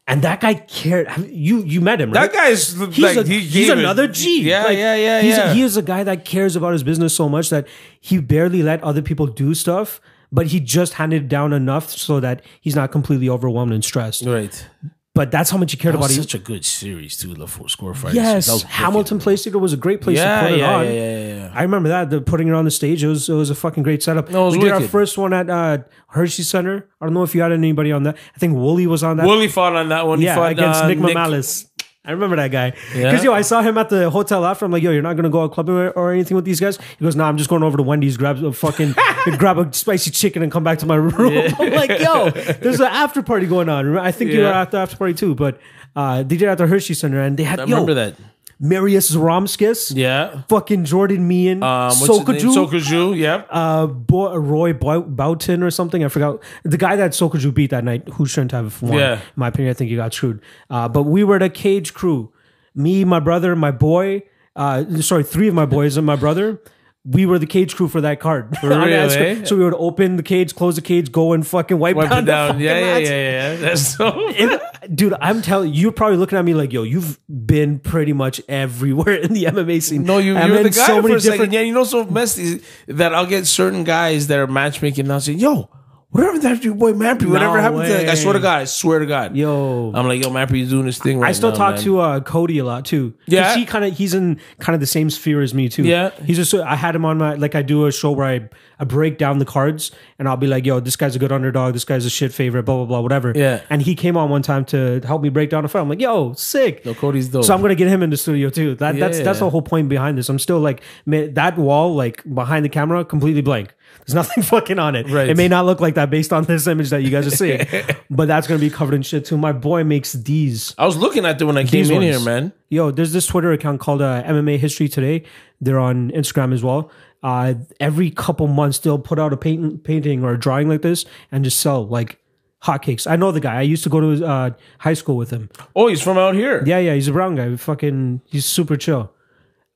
And that guy cared. Have- You you met him, right? That guy's he's, like a- he he's gave it- another G. Yeah, Like, yeah, yeah, he's a- yeah. he is a guy that cares about his business so much that he barely let other people do stuff, but he just handed down enough so that he's not completely overwhelmed and stressed. right. But that's how much he cared That about was it. such a good series too. The four score fight. Yes, that was Hamilton Place Theater was a great place Yeah, to put it yeah, on. yeah, yeah, yeah. I remember that the putting it on the stage. It was it was a fucking great setup. No, it was we did our wicked. first one at uh, Hershey Center. I don't know if you had anybody on that. I think Wooly was on that. Wooly fought on that one. He yeah, fought, against uh, Nick Mamalis. I remember that guy because Yeah. yo, I saw him at the hotel after. I'm like, yo, you're not gonna go out clubbing or, or anything with these guys. He goes, nah, I'm just going over to Wendy's, grab a fucking, grab a spicy chicken, and come back to my room. I'm like, yo, there's an after party going on. I think you were Yeah. at the after party too, but uh, they did it at the Hershey Center, and they had I yo, remember that. Marius Romskis, Yeah. fucking Jordan Meehan, Um, what's his name? Sokaju, Sokaju. Yeah. uh, Bo- Roy Bou- Boughton or something. I forgot the guy that Sokaju beat that night, who shouldn't have won. Yeah. In my opinion, I think he got screwed. Uh, but we were the cage crew. Me, my brother, my boy. Uh, sorry, three of my boys and my brother. We were the cage crew for that card. On real, Ascot. eh? So we would open the cage, close the cage, go and fucking wipe, Wipe down, it down. The Yeah, fucking yeah, mats. yeah, yeah. That's so. It- dude, I'm telling you, you're probably looking at me like, yo, you've been pretty much everywhere in the MMA scene. No, you, I'm you're in the guy so for many a second. different- Yeah, you know, so messed is that I'll get certain guys that are matchmaking and I'll say, yo, whatever happened to your boy Mampy? Whatever No happened to that? Like, I swear to way. God, I swear to God. Yo. I'm like, yo, Mampy's doing this thing right I still now, talk man. to uh, Cody a lot too. 'Cause Yeah. he kind of he's in kind of the same sphere as me too. Yeah. he's just I had him on my like I do a show where I I break down the cards and I'll be like, yo, this guy's a good underdog, this guy's a shit favorite, blah blah blah, whatever. Yeah. and he came on one time to help me break down a fight. I'm like, yo, sick. No, Cody's dope. So I'm gonna get him in the studio too. That that's that's Yeah. the whole point behind this. I'm still like man, that wall like behind the camera completely blank. There's nothing fucking on it. Right. It may not look like that based on this image that you guys are seeing, but that's gonna be covered in shit too. My boy makes these. I was looking at them when I came These in ones. here, man. Yo, there's this Twitter account called uh, MMA History Today. They're on Instagram as well. Uh, every couple months, they'll put out a paint- painting or a drawing like this and just sell like hotcakes. I know the guy. I used to go to his, uh, high school with him. Oh, he's from out here. Yeah, yeah, he's a brown guy. Fucking, he's super chill. Um,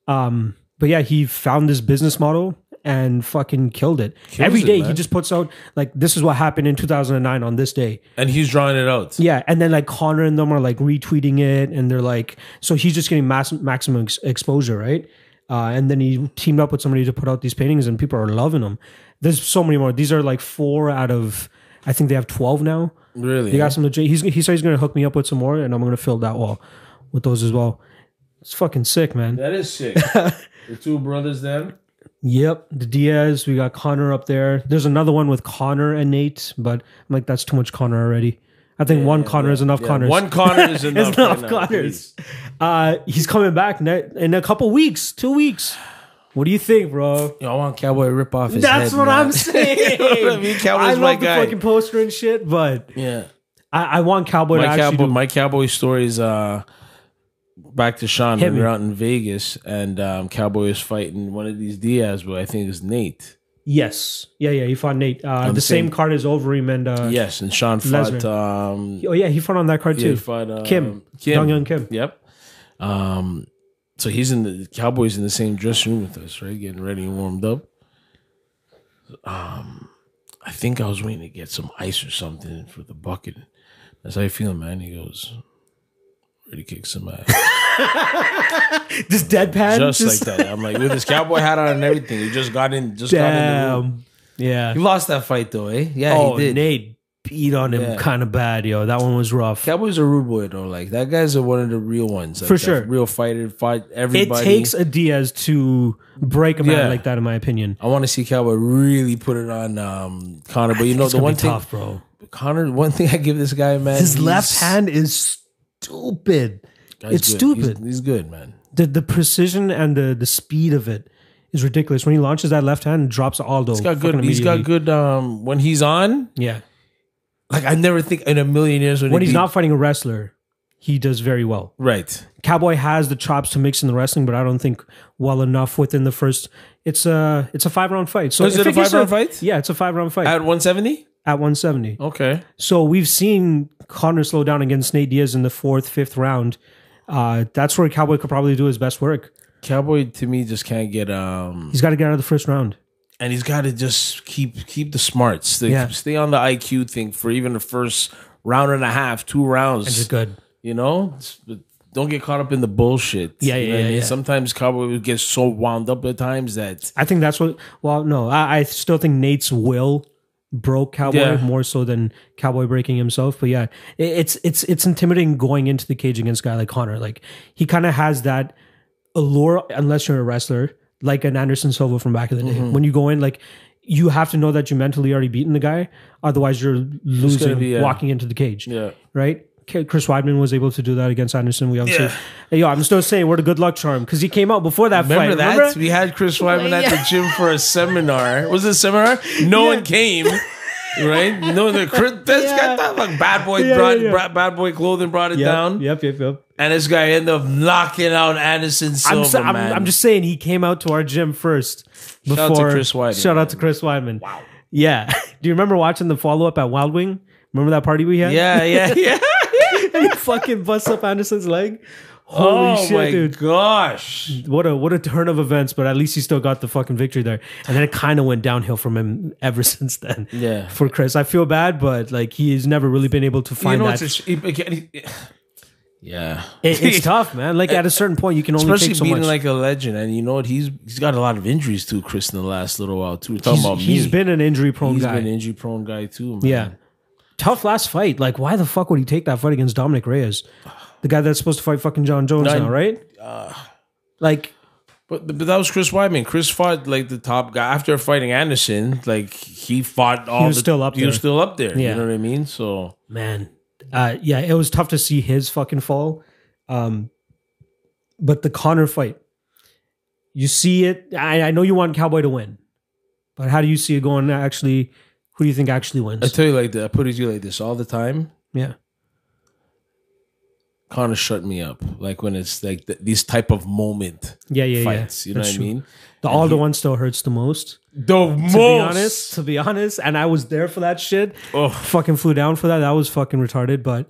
but yeah, he found this business model and fucking killed it. Every it, day he man. just puts out like this is what happened in 2009 on this day. And he's drawing it out. Yeah, and then like Connor and them are like retweeting it, and they're like, so he's just getting mass, maximum ex- exposure, right? Uh, and then he teamed up with somebody to put out these paintings, and people are loving them. There's so many more. These are like four out of, I think they have twelve now. Really? They got some legit. He's, he said he's gonna hook me up with some more, and I'm gonna fill that wall with those as well. It's fucking sick, man. That is sick. the two brothers then. Yep, the Diaz. We got Connor up there. There's another one with Connor and Nate, but I'm like, that's too much Connor already. I think one Connor is enough. Connors. One Connor is enough. It's enough right now, Connors. Uh, he's coming back ne- in a couple weeks, two weeks. What do you think, bro? please. Yo, I want Cowboy to rip off his That's head, what man. I'm saying. You know what I mean? Cowboy's I love my the guy. fucking poster and shit, but Yeah. I, I want Cowboy to my actually cowboy, do. my cowboy story is uh, back to Sean Hit when we me. were out in Vegas, and um, Cowboy was fighting one of these Diaz, but I think it was Nate. Yes, yeah, yeah. He fought Nate. Uh, the same- same card as Overeem and uh, Yes, and Sean fought. Lesnar. Um, oh yeah, he fought on that card yeah, he too. fought um, Kim. Kim. Donghyun Kim. Yep. Um, so he's in the Cowboys in the same dressing room with us, right? Getting ready and warmed up. Um, I think I was waiting to get some ice or something for the bucket. That's how you feel, man. He goes, ready to kick some ass. Just deadpan, just, just, like that. I'm like with his cowboy hat on and everything. He just got in. Just got in. The room. damn, yeah. He lost that fight though, eh? Yeah, oh, he did. Nate beat on him Yeah. kind of bad, yo. That one was rough. Cowboy's a rude boy though. Like that guy's a, one of the real ones. Like, For a sure. real fighter. Fight It everybody. takes a Diaz to break a man Yeah. like that, in my opinion. I want to see Cowboy really put it on um, Connor, but you know It's the gonna one be thing, tough, bro. Connor. One thing I give this guy, man, His he's- left hand is stupid. guy's It's good. He's- stupid. He's, good, man. The the precision and the the speed of it is ridiculous. When he launches that left hand, and drops Aldo. He's got good. fucking He's got immediately. good. Um, when he's on, Yeah. like I never think in a million years when, When he he's beat- not fighting a wrestler, he does very well. right. Cowboy has the chops to mix in the wrestling, but I don't think well enough within the first. It's a it's a five round fight. So Is if it a gets five-round fight? Yeah, it's a five round fight At 170, at 170. okay. So we've seen Connor slow down against Nate Diaz in the fourth, fifth round. Uh, that's where Cowboy could probably do his best work. Cowboy to me just can't get um, He's got to get out of the first round. and he's got to just keep keep the smarts, They Yeah. stay on the IQ thing for even the first round and a half, two rounds. It's good. You know, It's- don't get caught up in the bullshit. Yeah, You know yeah, what I yeah, mean? yeah. Sometimes Cowboy would get so wound up at times that I think that's what. Well, no, I, I still think Nate's will broke Cowboy Yeah. more so than Cowboy breaking himself. But yeah, it, it's it's it's intimidating going into the cage against a guy like Connor. Like he kind of has that allure, unless you're a wrestler, like an Anderson Silva from back in the day. Mm-hmm. When you go in, like you have to know that you mentally already beaten the guy, otherwise you're losing be, uh, walking into the cage. Yeah. Right. K- Chris Weidman was able to do that against Anderson. We obviously, Hey, yo, I'm still saying we're the good luck charm because he came out before that Remember fight. that? Remember? We had Chris Wyman at the gym for a seminar. Was it a seminar? No one came. Right? No, the Chris, this guy thought like bad boy Yeah, brought, yeah, yeah. brought- bad boy clothing brought it Yep, down, Yep, yep, yep. and this guy ended up knocking out Anderson Silva. I'm, so- I'm, man. I'm just saying he came out to our gym first. Before, out to Chris Weidman, Shout out to Chris Weidman. Wow. Yeah. Do you remember watching the follow up at Wild Wing? Remember that party we had? yeah, yeah, yeah. he fucking busts up Anderson's leg. Holy oh shit, my dude! gosh! What a what a turn of events. But at least he still got the fucking victory there. And then it kind of went downhill from him ever since then. Yeah. For Chris, I feel bad, but like he's never really been able to You find know that. what's a sh- he- he- he- yeah, It- it's tough, man. Like at a certain point, you can only especially take so being much. like a legend, and you know what? He's he's got a lot of injuries too, Chris, in the last little while too. We're talking about he's me. been an injury prone He's guy. been an injury prone guy too. Man. Yeah. Tough last fight. Like, why the fuck would he take that fight against Dominic Reyes? The guy that's supposed to fight fucking John Jones Nine- now, right? like, But, but that was Chris Weidman. Chris fought like the top guy after fighting Anderson. Like he fought all. was the, still up He was there. still up there. Yeah. You know what I mean? So man. Uh, yeah, it was tough to see his fucking fall. Um, but the Connor fight, you see it. I, I know you want Cowboy to win, but how do you see it going actually? Who do you think actually I wins? tell you like that. I put it to you like this all the time. yeah. Connor shut me up. Like when it's like th- these type of moment Yeah, yeah, fights. yeah. You know That's what true. I mean? The Aldo one still hurts the most. The most. to be honest, oh, to be honest, and I was there for that shit. Ugh. Fucking flew down for that. That was fucking retarded, but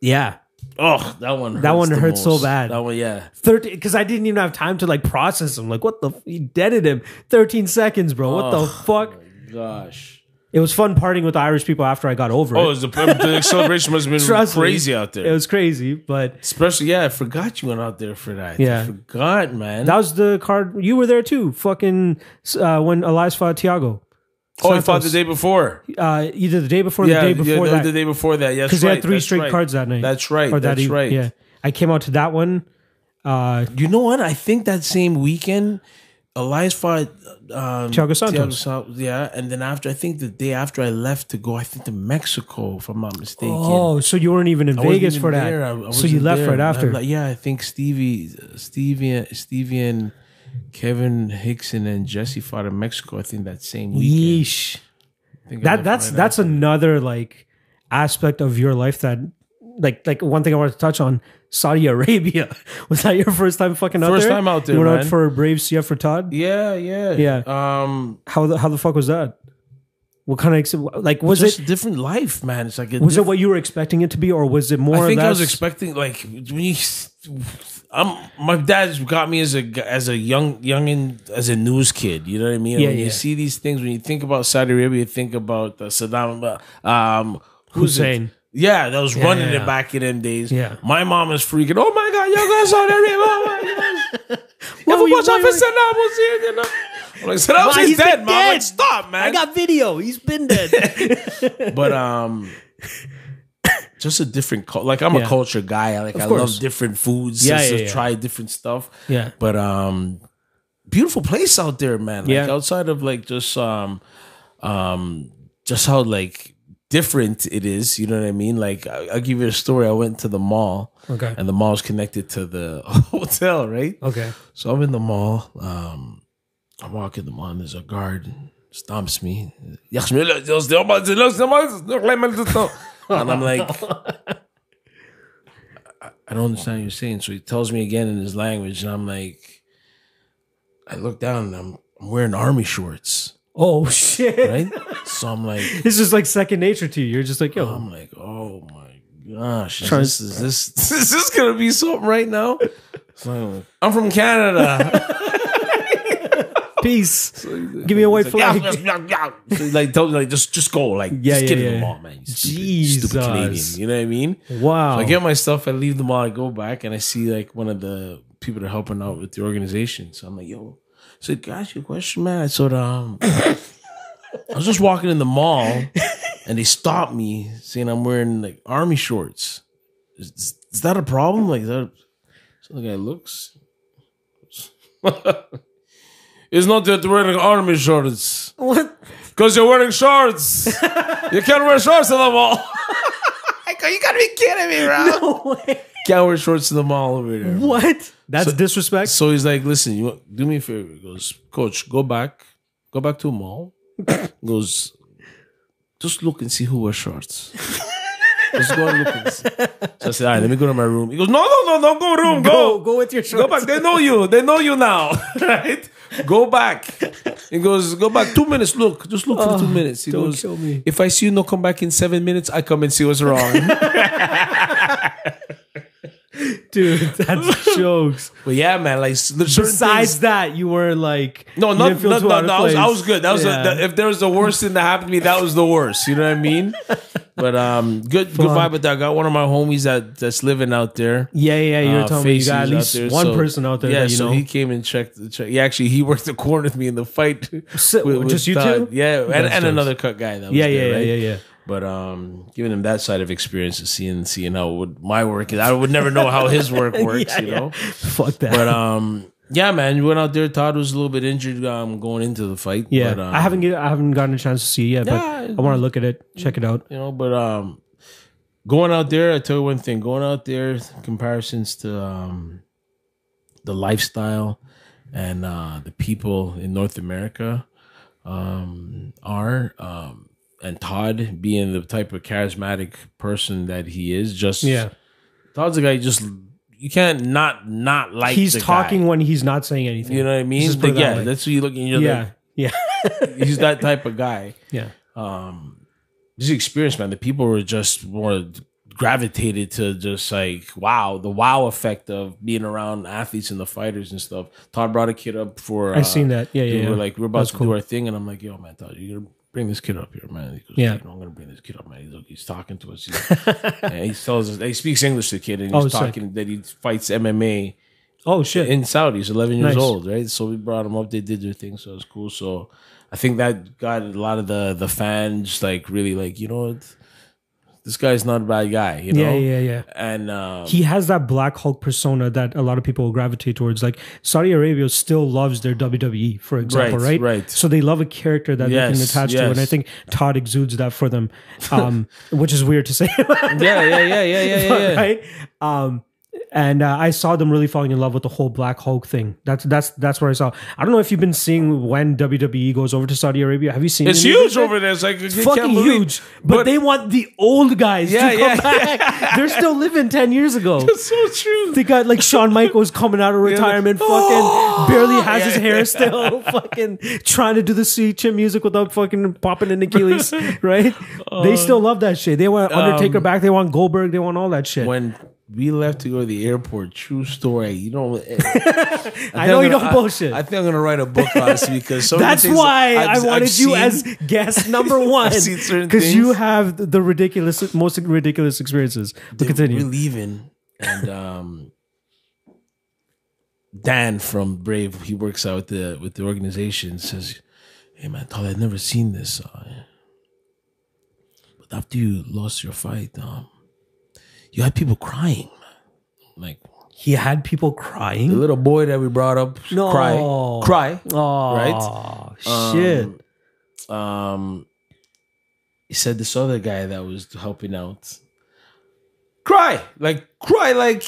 yeah. Oh, that one. Hurts That one the hurt so most. bad. That one. Yeah. 13 cuz I didn't even have time to like process him. Like what the f- he deaded him 13 seconds, bro. What Oh, the fuck? Gosh. It was fun partying with the Irish people after I got over it. Oh, it was the, the celebration must have been Trust me, crazy out there. It was crazy, but Especially, yeah, I forgot you went out there for that. Yeah. I forgot, man. that was the card you were there too. Fucking uh, when Elias fought Tiago. oh, I fought the Santos. day before. Uh, either the day before or yeah, the day before yeah, that. the day before that. Yes, because right, they had three that's straight right. cards that night. That's right. Or that that's eve- right. Yeah, I came out to that one. Uh, You know what? I think that same weekend, Elias fought um, Thiago Santos. Thiago San- yeah, and then after I think the day after I left to go, I think to Mexico, if I'm not mistaken. oh, so you weren't even in I wasn't Vegas even for that. there. I- I so you wasn't left there. right I after. le- yeah, I think Stevie, Stevie, Stevie, and Kevin Hickson and Jesse fought in Mexico. I think that same weekend. Yeesh. I think That I left that's right that's another like aspect of your life that like like one thing I wanted to touch on Saudi Arabia. Was that your first time fucking out First there? time out there, You went man. out for a brave CF for Todd. Yeah, yeah, Yeah. Um, How the how the fuck was that? What kind of ex- like was just it a different life, man. It's like a was it diff- what you were expecting it to be or was it more I or think I was less- expecting like when you, I'm my dad's got me as a g- as a young young and as a news kid. You know what I mean? Yeah, when yeah. you see these things, when you think about Saudi Arabia, think about uh, Saddam uh, um, who's it? Hussein. Yeah, that was running yeah, yeah. it back in them days. Yeah. my mom is freaking. Oh my god, you got Saudi Arabia! Oh my gosh. Why were Never you- watch out why for were you- Saddam Hussein. You know? I'm like Saddam Why, Hussein's he's been dead, mom. dead. Like, stop, man. I got video. He's been dead. but um just a different cul- like i'm Yeah. a culture guy I- like i course. love different foods Yeah, yeah, yeah, yeah. try different stuff Yeah. but um beautiful place out there man like Yeah. outside of like just um um just how like different it is you know what i mean like I, i'll give you a story i went to the mall Okay. and the mall's connected to the hotel right okay. so I'm in the mall. Um, I walk in the mall. And there's a guard stomps me. And I'm like, I- I don't understand what you're saying. So he tells me again in his language, and I'm like, I look down and I'm, I'm wearing army shorts, Oh shit. right? so I'm like, This is like second nature to you. You're just like, yo, I'm like, oh my gosh, is this is this is this gonna be something right now? So uh, I'm from Canada. Peace. Give me a white flag. So, like tell them like just just go like Yeah, just yeah, get in the yeah. mall, man. You stupid, stupid Canadian. Jesus. Oh. You know what I mean? Wow. So I get my stuff. I leave the mall. I go back and I see like one of the people that are helping out with the organization. So I'm like, yo. So can I ask you a question, man? So um, I was just walking in the mall and they stopped me saying I'm wearing like army shorts. Is, is, is that a problem? Like is that? a- So the guy looks. it's not that you're wearing army shorts. What? Because you're wearing shorts. you can't wear shorts in the mall. Like, you gotta be kidding me, bro. Can't wear shorts to the mall over there. bro. what? That's disrespect. So he's like, listen, you want- do me a favor. He goes, coach, go back, go back to a mall. He goes, just look and see who wears shorts. just go and look. And see. So I said, all right, let me go to my room. He goes, no, no, no, don't go room, Go, go, go with your go shorts. back. They know you. They know you now, right? Go back. He goes, go back. Two minutes. Look, just look for two minutes. He Oh, don't goes, kill me. if I see you not come back in seven minutes, I come and see what's wrong. Dude, that's jokes. But yeah, man, like s- the certain Besides things, that, you were like no, you not, didn't feel not, too no, out of no, I was, I place. was good. That was Yeah. a, that, if there was the worst thing that happened to me, that was the worst. You know what I mean? But um, good good vibe with that. I got one of my homies that that's living out there. yeah, yeah. You were Uh, telling me you got at Faces out least there, one so- person out there Yeah, that you so know. he came and checked. the check. Yeah, actually, he worked the corner with me in the fight. So, just you two? Todd. Yeah, and, That's and jokes. another cut guy. That was yeah, yeah, there, yeah, right? yeah, yeah. But um, giving him that side of experience and seeing seeing how would my work is, I would never know how his work works. Yeah, you yeah. know. Fuck that. But um, yeah, man, we went out there. Todd was a little bit injured um, going into the fight. yeah, but, um, I haven't get, I haven't gotten a chance to see it yet, Yeah, but I want to look at it, check it out. you know, but um, going out there, I tell you one thing: going out there, comparisons to um, the lifestyle and uh, the people in North America um, are, um, and Todd being the type of charismatic person that he is, just Yeah, Todd's a guy you just you can't not not like. he's the guy. talking when he's not saying anything. You know what I mean? Just put it But yeah, that way. that's what you look and you're uh, yeah, yeah, like, he's that type of guy. yeah. Um, this experience, man, the people were just more gravitated to just like wow, the wow effect of being around athletes and the fighters and stuff. Todd brought a kid up for. I've seen that. Yeah, yeah. We yeah. were like, we're about That's to do cool. our thing, and I'm like, yo, man, Todd, you're gonna bring this kid up here, man. He goes, Yeah. "Dude, no, I'm gonna bring this kid up, man. He's, look, he's talking to us. He's, and he tells us he speaks English to the kid, and he's Oh, sick. talking that he fights MMA oh shit. in Saudi. He's 11 years Nice. old, right? So we brought him up. They did their thing, so it was cool. So I think that got a lot of the the fans like really like you know what, this guy's not a bad guy, you know. yeah, yeah, yeah. And um, He has that Black Hulk persona that a lot of people gravitate towards. Like Saudi Arabia still loves their WWE, for example, Right, right? right. So they love a character that they Yes, can attach to, yes. and I think Todd exudes that for them, um, which is weird to say. yeah, yeah, yeah, yeah, yeah, yeah. yeah. right? Um, and uh, I saw them really falling in love with the whole Black Hulk thing. That's that's that's what I saw. I don't know if you've been seeing when WWE goes over to Saudi Arabia. Have you seen? It's any of huge it? over there. It's like it's Fucking huge, but, they want the old guys Yeah, to come yeah, yeah. back. They're still living ten years ago. so true. They got like Shawn Michaels coming out of retirement, Oh, fucking barely has his hair still, fucking trying to do the sweet chin music without fucking popping an Achilles, right? Um, they still love that shit. They want Undertaker back. They want Goldberg. They want all that shit. When we left to go to the airport, true story. You don't. I know you don't I'm gonna- I- bullshit. I think I'm gonna write a book on this because some of the That's things why I've- i I've wanted you seen- as guest number one seen certain because you things. have the ridiculous, most ridiculous experiences. But continue. We're leaving, and um, Dan from Brave, he works out with the with the organization. Says, "Hey man, Todd, I've never seen this, uh, but after you lost your fight, um, you had people crying, man. like he had people the crying. little boy that we brought up, No. cry, cry, Oh, shit. Um, um, he said this other guy that was helping out, cry like cry like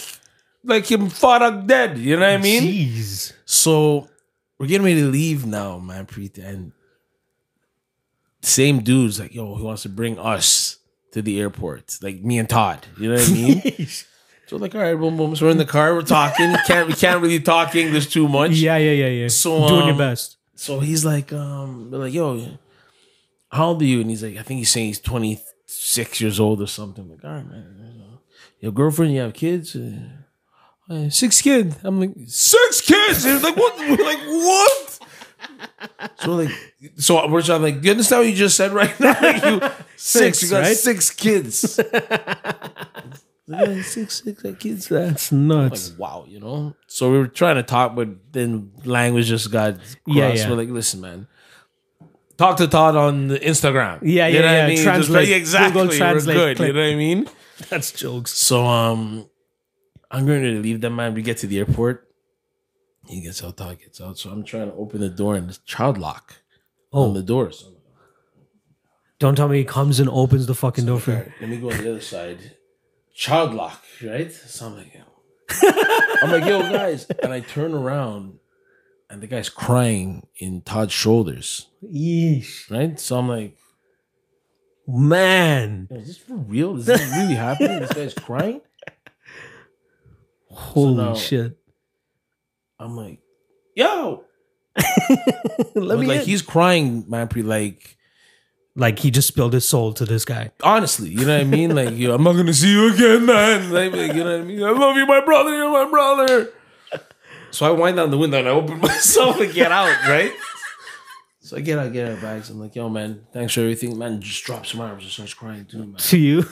like him fought up dead. You know what I mean? Jeez. So we're getting ready to leave now, man, Preet. And same dude's like, yo, he wants to bring us to the airport, like me and Todd. You know what I mean? so like, all right, boom, boom. So we're in the car, we're talking. Can't we can't really talk English too much? Yeah, yeah, yeah, yeah. So, doing your um, best. So he's like, um, we're like, yo, how old are you? And he's like, I think he's saying he's 26 years old or something. I'm like, all right, man. Your girlfriend, you have kids? Uh, "Uh, six kids. I'm like, six kids? He's like, what? We're like, what? So like, so we're trying like, you understand what you just said right now? Like you six, you got right? six kids. Yeah, six, six kids. That's nuts. like, wow, you know. So we were trying to talk, but then language just got crossed. Yeah, yeah. We're like, listen, man. Talk to Todd on the Instagram. Yeah, yeah, you know What yeah. I mean? Just Translate. like, exactly. Google Translate, We're good. click. You know what I mean? That's jokes. So um, I'm going to leave them, man. We get to the airport. He gets out. Todd gets out. So I'm trying to open the door, and it's child lock on Oh, the doors. don't tell me he comes and opens the fucking door for you. Let me go on the other side. Child lock, right? So I'm like, yo. I'm like, yo, guys. And I turn around and the guy's crying in Todd's shoulders, Yeesh. right? So I'm like, Man. yo, is this for real? Is this really happening? This guy's crying? Holy now- shit. I'm like, yo. Let But, me like, in. he's crying, Mampy, like, like he just spilled his soul to this guy. honestly, you know what I mean? Like, yo, I'm not gonna see you again, man. Like, like, you know what I mean? I love you, my brother. You're my brother. So I wind down the window and I open myself to get out, right? So I get out, get out of bags. I'm like, yo, man, thanks for everything. Man, just drops my arms and starts crying too, man. To you.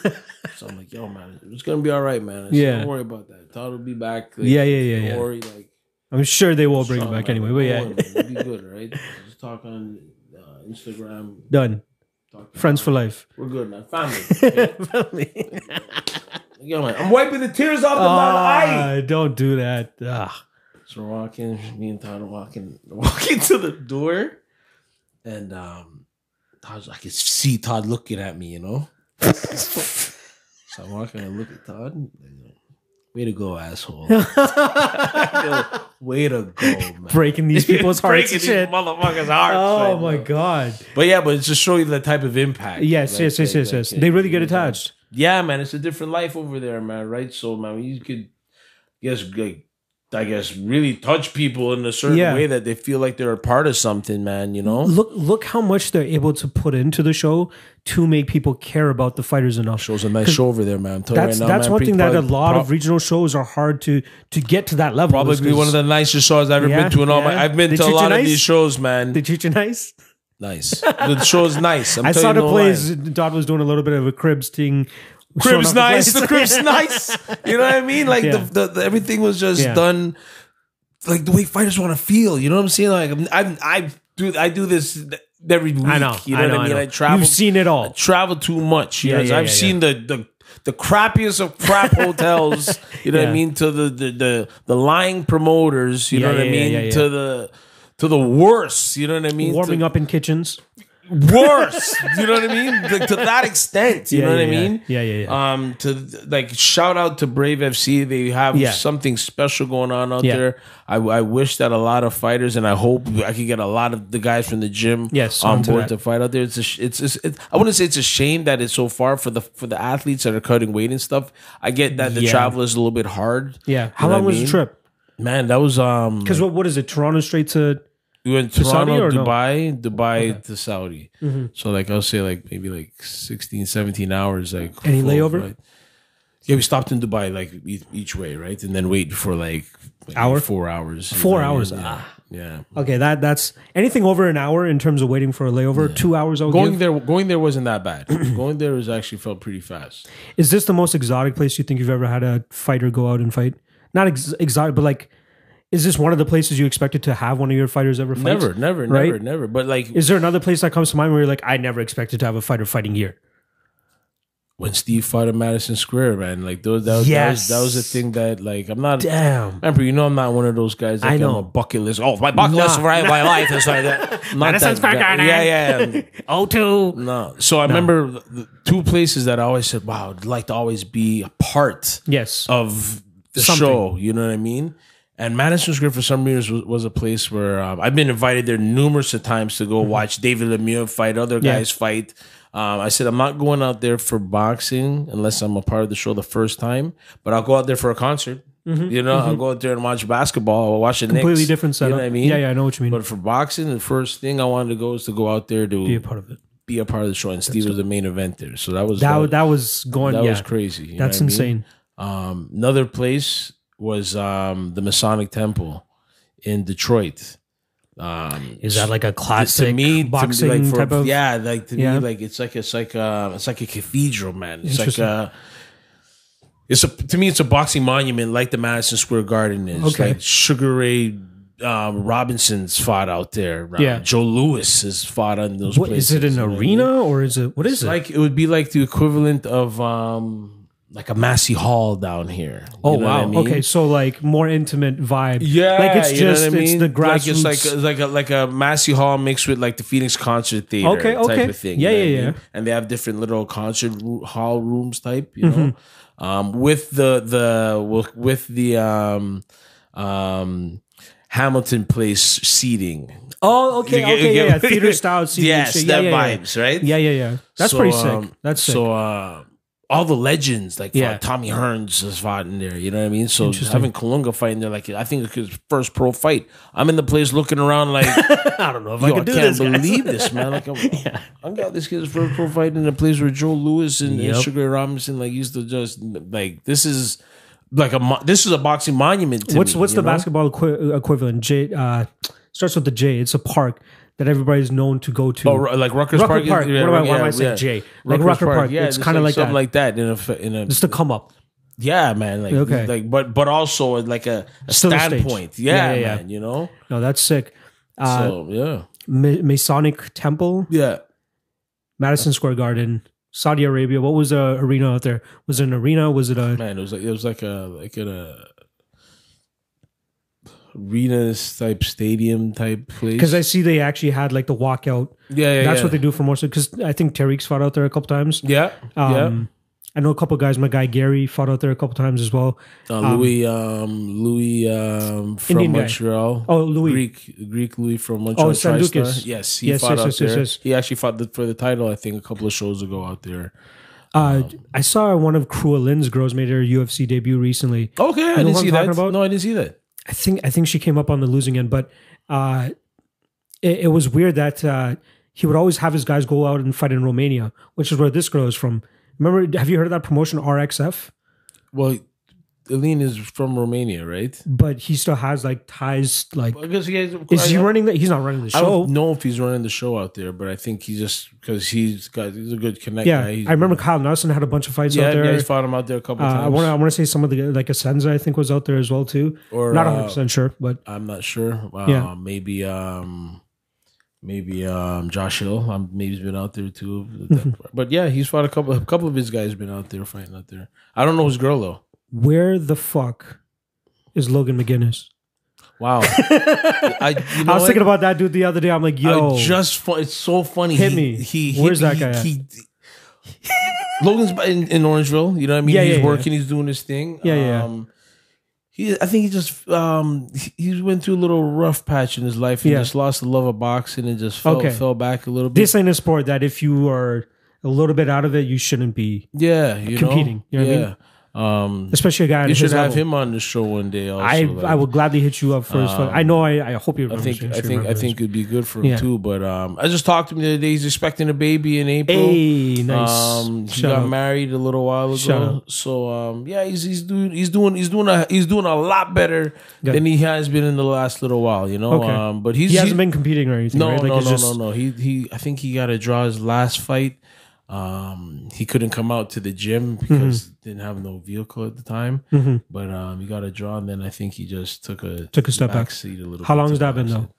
So I'm like, yo, man, it's gonna be all right, man. I said, Yeah. Don't worry about that. Todd will be back. Like, Yeah, yeah, yeah, Don't yeah. worry, like, I'm sure they will bring it strong, back man. anyway. Don't But yeah. worry, man. We'll be good, all right? Just talk on uh, Instagram. Done. Talk to Friends for life. We're good, man. Family. okay? Yo, man, I'm wiping the tears off the my eye. Ah, don't do that. Ah. So we're walking, me and Todd are walking, walking to the door, and um, Todd's I can see Todd looking at me, you know. so I'm walking and I look at Todd. And, you know, way to go, asshole! Yo, way to go, man. Breaking these people's hearts Breaking and these shit. motherfuckers' hearts. Oh right my now. god. But yeah, but it's just show you the type of impact. Yes, Like, yes, yes, like, yes, like, yes. like, They really get you know, attached. yeah, man, it's a different life over there, man. Right? So, man, you could, guess, like, I guess, really touch people in a certain Yeah. way that they feel like they're a part of something, man. You know, Look look how much they're able to put into the show to make people care about the fighters enough. shows a nice show over there, man. I'm telling you That's right now, that's man, one pre- thing that a probably- lot of prob- regional shows are hard to to get to that level. is probably one 'cause of the nicest shows I've ever Yeah, been to in all yeah. my. I've been They to a treat you lot nice? of these shows, man. they treat you nice. nice. The show's nice. I'm i telling saw you, the no plays. lie. Dodd was doing a little bit of a cribs thing. showing Crib's off the nice. plays. The crib's nice. You know what I mean? Like Yeah. the, the, the everything was just Yeah. done like the way fighters want to feel. You know what I'm saying? Like I'm, I'm I do I do this th- every week. I know. You know I know, what I mean? I, know. travel. You've seen it all. travel too much. You Yeah, know, yeah, I've yeah, seen the the. The crappiest of crap hotels, you know what Yeah. I mean, to the the the, the lying promoters, you Yeah, know what yeah, I yeah, mean, yeah, yeah. to the to the worst, you know what I mean, to- Warming up in kitchens. worse. you know what I mean? Like, to that extent, you Yeah, know what yeah, I yeah. mean? Yeah, yeah, Um, to like shout out to Brave FC. They have Yeah. something special going on out Yeah. there. I, I wish that a lot of fighters, and I hope I could get a lot of the guys from the gym Yes, on onto board that. to fight out there. It's, a, sh- it's, it's, it's I wouldn't say it's a shame that it's so far for the for the athletes that are cutting weight and stuff. I get that the Yeah. travel is a little bit hard. Yeah. How You know long what I was mean? the trip? man. That was um. Because what, what is it? Toronto straight to We went To Saudi Toronto, or no? Mm-hmm. Dubai, Dubai to Saudi. So like I'll say like maybe like 16, 17 hours. Like Any full layover? flight. Yeah, we stopped in Dubai like e- each way, right, and then wait for like maybe Hour? four hours, you Four know what hours, I mean? ah. Yeah. yeah. okay. That that's anything over an hour in terms of waiting for a layover. Two hours. I would Going give. there, going there wasn't that bad. going there was actually felt pretty fast. Is this the most exotic place you think you've ever had a fighter go out and fight? Not ex- exotic, but like, is this one of the places you expected to have one of your fighters ever fight? Never, never, Right? never, never. But like Is there another place that comes to mind where you're like, I never expected to have a fighter fighting here? when Steve fought at Madison Square, man, like those, that, was Yes. that was that was a thing that like I'm not. Damn. Emperor, you know I'm not one of those guys. That I I know. know a bucket list. Oh, my bucket Nah. list for my life is like that. I'm Not Madison that Square guy. Garden. Yeah, yeah. Oh, two. No. So I remember the two places that I always said, "Wow, I'd like to always be a part Yes. of the Something. show." You know what I mean? And Madison Square for some years was, was a place where um, I've been invited there numerous of times to go watch David Lemieux fight, other Mm-hmm. Yeah. guys fight. Um, I said I'm not going out there for boxing unless I'm a part of the show the first time, but I'll go out there for a concert. You know, I'll go out there and watch basketball. I'll watch the Mm-hmm. Completely Knicks. different setup. You know what I mean? Yeah, yeah, I know what you mean. But for boxing, the first thing I wanted to go is to go out there to be a part of it. be a part of the show, and Steve was the main event there. So that was That that was going. that yeah. was crazy. you know That's what I mean? insane. Um, another place was um, the Masonic Temple in Detroit. Um, Is that like a classic to me, boxing to me, like for- type of? yeah, like to Yeah. me, like it's like it's like uh it's like a cathedral, man. It's like Interesting. a it's a to me it's a boxing monument like the Madison Square Garden is. Okay. Like Sugar Ray um, Robinson's fought out there. Uh, Yeah. Joe Lewis has fought on those. What places, is it? An you know what I mean? arena or is it? What is it? Like it would be like the equivalent of um like a Massey Hall down here. You oh know what wow. I mean? Okay, so like more intimate vibe. Yeah, like it's you know just what I mean? it's the Like it's grassroots. like it's like a, like a Massey Hall mixed with like the Phoenix Concert Theater Okay, type okay. of thing. Yeah, you know yeah, what I mean? yeah. And they have different little concert ro- hall rooms type, you Mm-hmm. know, um, with the the with- with the um, um, Hamilton Place seating. oh, You okay, get- okay, you yeah, get- yeah, theater style seating. Yes, shit. that yeah, yeah, yeah. vibes, right? Yeah, yeah, yeah. That's So, pretty sick. um, That's sick. so. Uh, all the legends, like Yeah. uh, Tommy Hearns, has fought in there. You know what I mean? So Interesting. having Kalunga fighting there, like I think it's his first pro fight. I'm in the place looking around, like I don't know if Yo, I can do can't this. guys. believe this, man. Like, I'm, I got this kid's first pro fight in a place where Joe Lewis and, and Yep. Sugar Ray Robinson like used to just like this is like a mo- this is a boxing monument. To What's me, what's you the know? basketball equi- equivalent? J uh, starts with the J. It's a park that everybody's known to go to. Oh, ru- like Rutgers Rucker Park. Park. What Yeah, am I, why yeah, am I saying yeah. J? Like Rutgers Rucker Park. Yeah, it's just kind of like, something that. like that in a f- in a It's the come up. yeah, man. Like Okay. like but but also uh, like a, a Still a stage. standpoint. Yeah, yeah, yeah, yeah. man. You know. No, that's sick. Uh, So yeah, Ma- Masonic Temple, yeah. Madison Square Garden, Saudi Arabia. What was the arena out there? Was it an arena? Was it a? Man, it was like it was like a like in a arenas type stadium type place. Because I see they actually had like the walkout. yeah, yeah, That's yeah. what they do for more. Because I think Tariq's fought out there a couple times. yeah, Um, I know a couple guys. My guy Gary fought out there a couple times as well. yeah. Uh, Louis, um, Louis um, from Indian guy. Montreal. Oh, Louis. Oh, Greek, Greek Louis from Montreal. San TriStar. Lucas. Yes, he Yes, fought yes, out yes, there. yes, yes. He actually fought the, for the title, I think, a couple of shows ago out there. Uh, I saw one of Krua Lynn's girls made her UFC debut recently. Okay, I know didn't what I'm see that. talking about? No, I didn't see that. I think I think she came up on the losing end, but uh, it, it was weird that uh, he would always have his guys go out and fight in Romania, which is where this girl is from. Remember? Have you heard of that promotion RXF? Well, Aline is from Romania, right? But he still has like ties. Like, Because he has, is he running? The, he's not running the I show. don't know if he's running the show out there, but I think he just because he's got he's a good connect. Yeah, guy. He's- I remember Kyle Nelson had a bunch of fights Yeah, out yeah, there. he's fought him out there a couple uh, I times. want to. I want to say some of the like Asenza, I think, was out there as well too. or not uh, 100 percent sure, but I'm not sure. Uh, Yeah. maybe um, maybe um, Josh Hill. Um, maybe he's been out there too. but yeah, he's fought a couple. A couple of his guys been out there fighting out there. I don't know his girl though. where the fuck is Logan McGinnis? Wow, I, you know I was what? thinking about that dude the other day. I'm like, yo, I just fu- it's so funny. Hit he, me. He, he Where's he- that guy at? He, Logan's in, in Orangeville. You know what I mean? Yeah, he's yeah, yeah. working. He's doing his thing. Yeah, yeah. Um, he, I think he just um he, he went through a little rough patch in his life and Yeah. just lost the love of boxing and just fell, Okay. fell back a little bit. this ain't a sport that if you are a little bit out of it, you shouldn't be, yeah, you Competing, you Know? know what I yeah. Um, especially a guy. you at should his have level. him on the show one day. Also, I like, um, I would gladly hit you up for his fight. I know. I, I hope you. I Remember think this, I you think I remember think it'd be good for him Yeah. too. But um, I just talked to him the other day. He's expecting a baby in this. April. Hey, nice. Um, he Shout got out. married a little while Shout ago. So um, yeah, he's he's doing he's doing he's doing a he's doing a lot better Good. than he has been in the last little while. You know, Okay. um, but he's he hasn't he- been competing or anything. no right? no it's no just- no no. He he I think he got to draw his last fight. Um, he couldn't come out to the gym Mm-hmm. because didn't have no vehicle at the time. Mhm. But um, he got a draw, and then I think he just took a Took a step back. seat a little. How bit long to has that been boxing. though?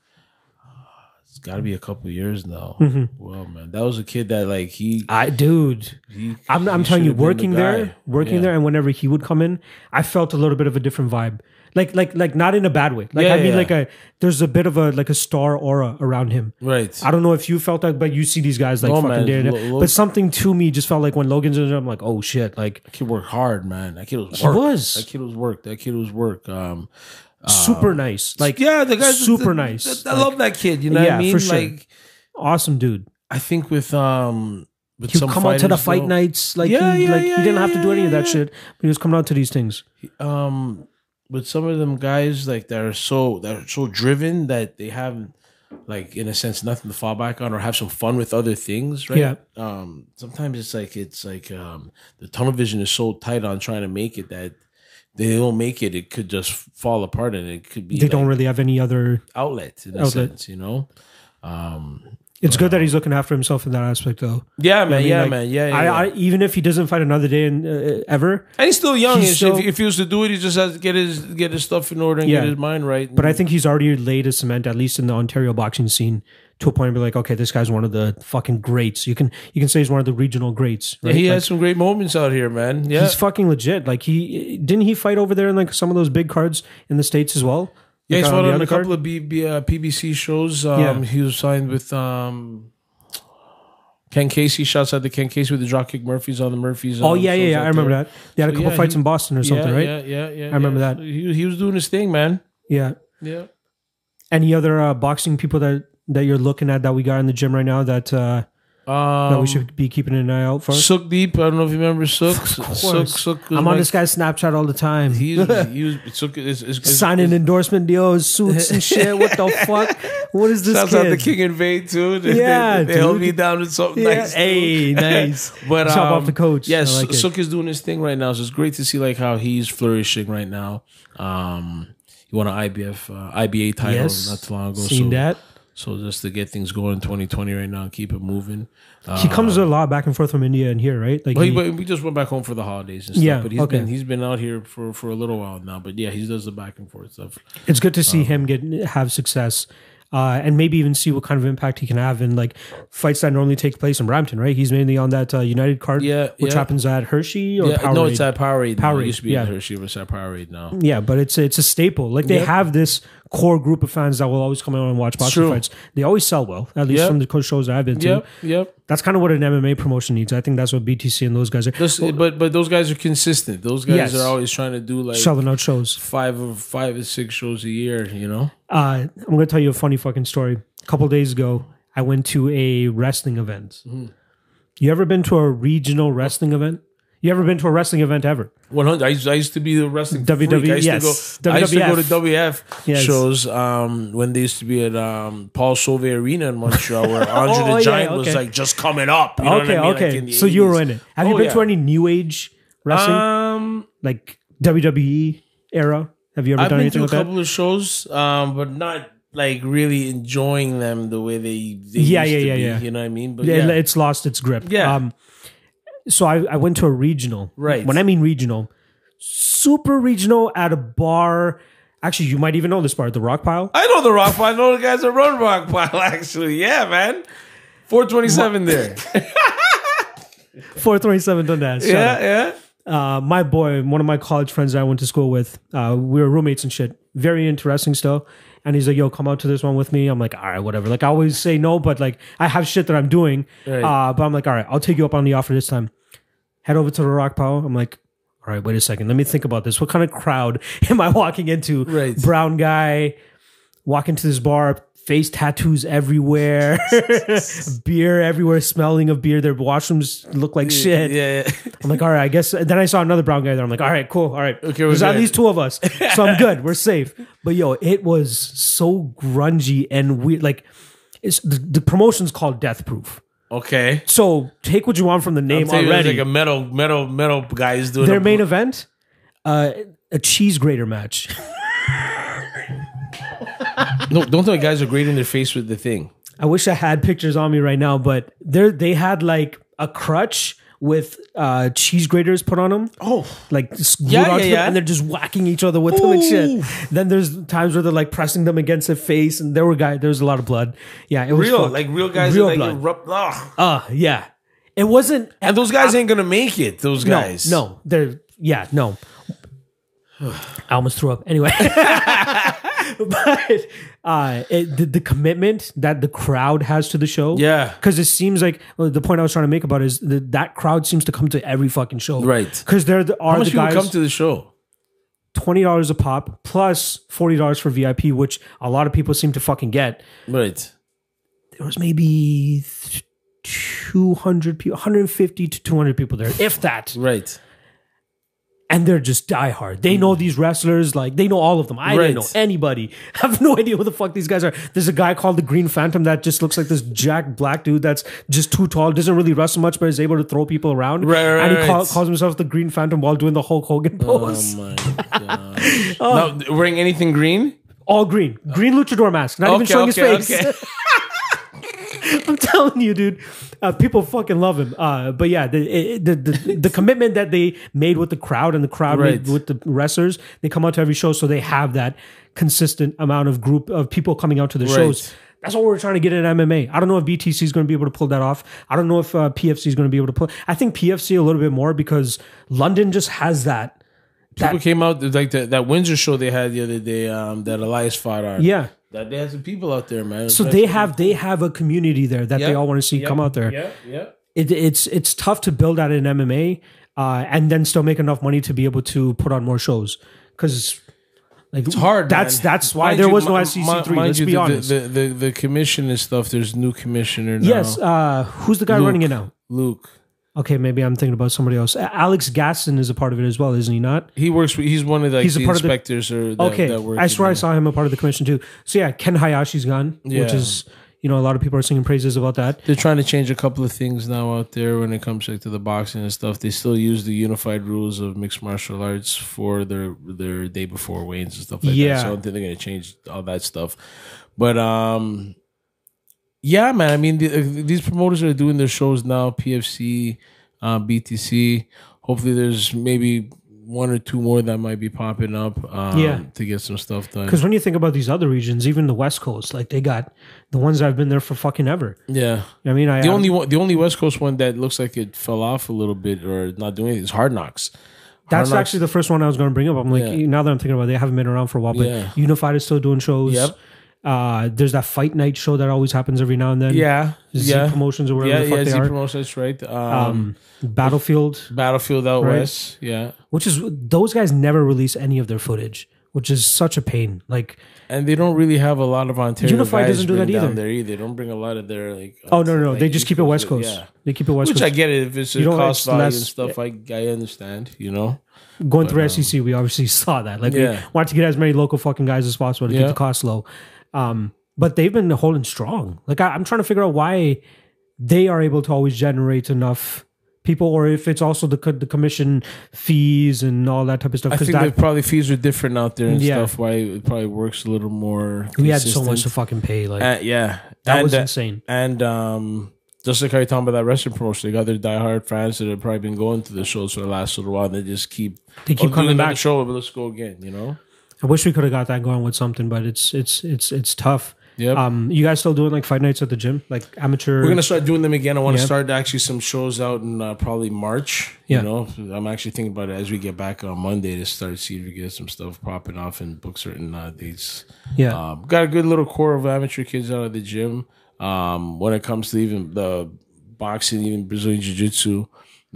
It's got to be a couple years now. Mhm. Well, man, that was a kid that like he. I dude, he I'm I'm he telling you, should've been the working guy. there, working Yeah. there, and whenever he would come in, I felt a little bit of a different vibe. Like like like not in a bad way. Like Yeah, I mean yeah. like a there's a bit of a like a star aura around him. Right. I don't know if you felt that, but you see these guys like No, fucking man. day Lo- Lo- But something to me just felt like when Logan's in there, I'm like, oh shit, like That kid worked hard, man. That kid was work. He was. That kid was work. That kid was work. Um, super nice, like yeah, the guy's super the- nice. the- I love that kid. You know what Yeah, I mean? for sure. Like awesome dude. I think with um with He some would come out to the fighters, fight though, nights, like Yeah, he yeah, like yeah, he didn't yeah, have to do yeah, any of that yeah. shit, but he was coming out to these things. Um, with some of them guys like that are so that are so driven that they have like in a sense nothing to fall back on or have some fun with other things, right? Yeah. Um, sometimes it's like it's like um the tunnel vision is so tight on trying to make it that they don't make it, it could just fall apart and it could be They like don't really have any other. outlet in a Outlet. sense, you know? It's good that he's looking after himself in that aspect, though. Yeah, man. I mean, yeah, like, man. Yeah, yeah. I, yeah. I, even if he doesn't fight another day in, uh, ever, and he's still young. he's and shit. still- if, if he was to do it, he just has to get his get his stuff in order and Yeah. get his mind right. but I think he's already laid a cement, at least in the Ontario boxing scene, to a point where like, okay, this guy's one of the fucking greats. You can you can say he's one of the regional greats. Right? he Like, had some great moments out here, man. Yeah, He's fucking legit. Like he didn't he fight over there in like some of those big cards in the states as well. yeah. Like, He's fought the on other a couple card? of B, B, uh, PBC shows. Um, Yeah. He was signed with um, Ken Casey. Shots at the Ken Casey with the Dropkick Murphys on the Murphys. um, Oh yeah, yeah, yeah. I remember that. They had a So, couple yeah, fights he- in Boston or something, yeah, right? Yeah, yeah, yeah. I remember that. He, he was doing his thing, man. yeah. Yeah. any other uh, boxing people that that you're looking at that we got in the gym right now that uh, Um, that we should be keeping an eye out for? Sook Deep. I don't know if you remember Sook. Sook, course. Sook. was I'm on my- this guy's Snapchat all the time. He was, he was Sook is, is, is signing endorsement deals, suits and shit. What the fuck? What is this Shouts out kid? to King and Vade too. They, Yeah, they, they held dude. me down with something Yeah. nice. Hey, nice. But Chop um, off the coach. I Yes, like it. Sook is doing his thing right now, so it's great to see like how he's flourishing right now. Um, he won an IBF uh, IBA title Yes. not too long ago. Seen so, that? So just to get things going in 2020 right now and keep it moving. Uh, He comes a lot back and forth from India and here, right? Like but he, he- but we just went back home for the holidays and stuff. Yeah, but he's okay. been he's been out here for, for a little while now. But yeah, he does the back and forth stuff. it's good to see uh, him get have success. Uh, and maybe even see what kind of impact he can have in like fights that normally take place in Brampton, right? He's mainly on that uh, United card, Yeah, which yeah. happens at Hershey or Yeah, no, it's Powerade? at Powerade. now. Powerade, It used to be yeah. at Hershey, but it's at Powerade now. Yeah, but it's it's a staple. Like they Yep. have this core group of fans that will always come out and watch boxing True. fights. They always sell well, at least Yep. from the co- shows I've been to. Yep, yep. That's kind of what an MMA promotion needs. I think that's what BTC and those guys are Those- but but those guys are consistent. Those guys Yes. are always trying to do like selling out shows. five or five or six shows a year. You know, Uh, I'm gonna tell you a funny fucking story. A couple days ago, I went to a wrestling event. Mm-hmm. You ever been to a regional wrestling event? You ever been to a wrestling event ever? one hundred. I used, I used to be the wrestling WWE, freak. I used E, yes. to go. I used to go to WWF. WF Yes. shows um, when they used to be at um, Paul Sauvé Arena in Montreal, where Andre oh, yeah, the Giant was okay. like just coming up. You know okay, what I mean? Like, okay. in the so you were 80s. in it. Have you Oh, been yeah. to any new age wrestling Um, like WWE era? Have you ever I've done been anything like to a that? couple of shows, um, but not like really enjoying them the way they. Yeah, they used yeah, to yeah, be, yeah. You know what I mean? But yeah. yeah, it's lost its grip. Yeah. Um, so I, I went to a regional. Right. When I mean regional, super regional at a bar. Actually, you might even know this bar, the Rock Pile. I know the Rock Pile. I know the guys that run Rock Pile, actually. Yeah, man. 427 there. 427 Dundas. Shout out. yeah, Uh, my boy, one of my college friends that I went to school with, uh, we were roommates and shit. Very interesting still. And he's like, yo, come out to this one with me. I'm like, all right, whatever. Like, I always say no, but like, I have shit that I'm doing. Right. Uh, but I'm like, all right, I'll take you up on the offer this time. Head over to the Rock Pile. I'm like, all right, wait a second. Let me think about this. What kind of crowd am I walking into? Right. Brown guy, walk into this bar, face tattoos everywhere, beer everywhere, smelling of beer. Their washrooms look like yeah. shit. Yeah, yeah. I'm like, all right, I guess. Then I saw another brown guy there. I'm like, all right, cool, all right. Okay, we're there's at good. least two of us, so I'm good. We're safe. But yo, it was so grungy and weird. Like, it's the, the promotion's called Death Proof. Okay. So take what you want from the name Tell you, there's already. like a metal, metal, metal guy is doing Their a- main event, uh, a cheese grater match. No, don't tell me guys are grading their face with the thing. I wish I had pictures on me right now, but they they had like a crutch with uh, cheese graters put on them. Oh. like s- glued Yeah, onto yeah, them, yeah. and they're just whacking each other with them and shit. Then there's times where they're like pressing them against their face, and there were guys. There was a lot of blood. Yeah, it was Real, fucked. like real guys Real are like blood. erupt. ah. uh, yeah, it wasn't. And those guys ain't gonna make it, those No, guys. no, they're yeah, no. I almost threw up. Anyway, but uh, it, the, the commitment that the crowd has to the show, Yeah. because it seems like well, the point I was trying to make about is that that crowd seems to come to every fucking show, Right. Because there the- are How much the people guys come to the show? twenty dollars a pop plus forty dollars for VIP, which a lot of people seem to fucking get. Right. There was maybe two hundred people, one hundred and fifty to two hundred people there, if that. Right. and they're just diehard. They know these wrestlers, like they know all of them. I Right. didn't know anybody. I have no idea who the fuck these guys are. There's a guy called the Green Phantom that just looks like this jack black dude that's just too tall, doesn't really wrestle much, but is able to throw people around. Right, right, and he right. call- calls himself the Green Phantom while doing the Hulk Hogan pose. Oh my god! Oh. No, wearing anything green? all green, green luchador mask, not even showing his face. I'm telling you, dude. Uh, people fucking love him. Uh, but yeah, the, it- the the the commitment that they made with the crowd and the crowd Right. made with the wrestlers, they come out to every show, so they have that consistent amount of group of people coming out to the shows. That's what we're trying to get in MMA. I don't know if BTC is going to be able to pull that off. I don't know if uh, PFC is going to be able to pull. I think PFC a little bit more because London just has that. People came out like that, that Windsor show they had the other day. Um, that Elias fought on. Yeah. that they had some people out there, man. So they have they have a community there that they all want to see come out there. Yeah, yeah. it, it's it's tough to build out an MMA uh, and then still make enough money to be able to put on more shows because like It's hard. That's man. that's why Mind there you, was no mi- SEC three. mind Let's you, be the, honest. The, the the commission and stuff. There's new commissioner now. yes, uh, who's the guy Luke. running it now? Luke. Okay, maybe I'm thinking about somebody else. A- Alex Gaston is a part of it as well, isn't he not? He works. With, he's one of the, He's a the part of the- inspectors or that, Okay, That work I swear in I there. saw him a part of the commission too. So yeah, Ken Hayashi's gone, which Yeah. is you know a lot of people are singing praises about that. They're trying to change a couple of things now out there when it comes like, to the boxing and stuff. They still use the unified rules of mixed martial arts for their their day before weigh-ins and stuff like Yeah. that. So I don't think they're going to change all that stuff. But um, yeah, man. I mean, the, uh, these promoters are doing their shows now. PFC, uh, BTC. Hopefully, there's maybe one or two more that might be popping up. Um, Yeah. to get some stuff done. Because when you think about these other regions, even the West Coast, like they got the ones that have been there for fucking ever. Yeah. I mean, I The only one, the only West Coast one that looks like it fell off a little bit or not doing anything is Hard Knocks. That's Hard Knocks- actually the first one I was going to bring up. I'm like, Yeah. now that I'm thinking about it, they haven't been around for a while, but Yeah. Unified is still doing shows. Yep. Uh, there's that fight night show that always happens every now and then. yeah, Z yeah, promotions or whatever yeah, the fuck yeah. they Z are. promotions, right? Um, um, Battlefield, Battlefield Out right. West, yeah, which is those guys never release any of their footage, which is such a pain. Like, and they don't really have a lot of Ontario. Unified guys doesn't do bring that down either. There either, they don't bring a lot of their like. oh no, no, no, like they just East keep it West Coast. Yeah. They keep it West Which I Coast. get it if it's a You don't- cost it's value and less- stuff. I I understand, you know. Going through SEC, we obviously saw that. Like, um, Yeah. we wanted to get as many local fucking guys as possible to keep Yeah. the cost low. Um, but they've been holding strong. Like, I, I'm trying to figure out why they are able to always generate enough people, or if it's also the co- the commission fees and all that type of stuff. I Because think that that probably fees are different out there and Yeah. stuff. Why it probably works a little more. we had so much consistent. to fucking pay. Like, Uh, yeah, that And, was uh, insane. And um, just like how you're talking about that wrestling promotion, they got their diehard fans that have probably been going to the shows for the last little while. And they just keep "Oh, They keep do coming another back. Show, but let's go again. You know. I wish we could have got that going with something, but it's it's it's it's tough. Yep. Um, you guys still doing like fight nights at the gym, like amateur? We're gonna start doing them again. I want to Yep. start actually some shows out in uh, probably March. Yeah. You know, I'm actually thinking about it as we get back on Monday to start see if we get some stuff popping off and book certain uh, dates. yeah. Um, got a good little core of amateur kids out of the gym. Um, when it comes to even the boxing, even Brazilian Jiu Jitsu,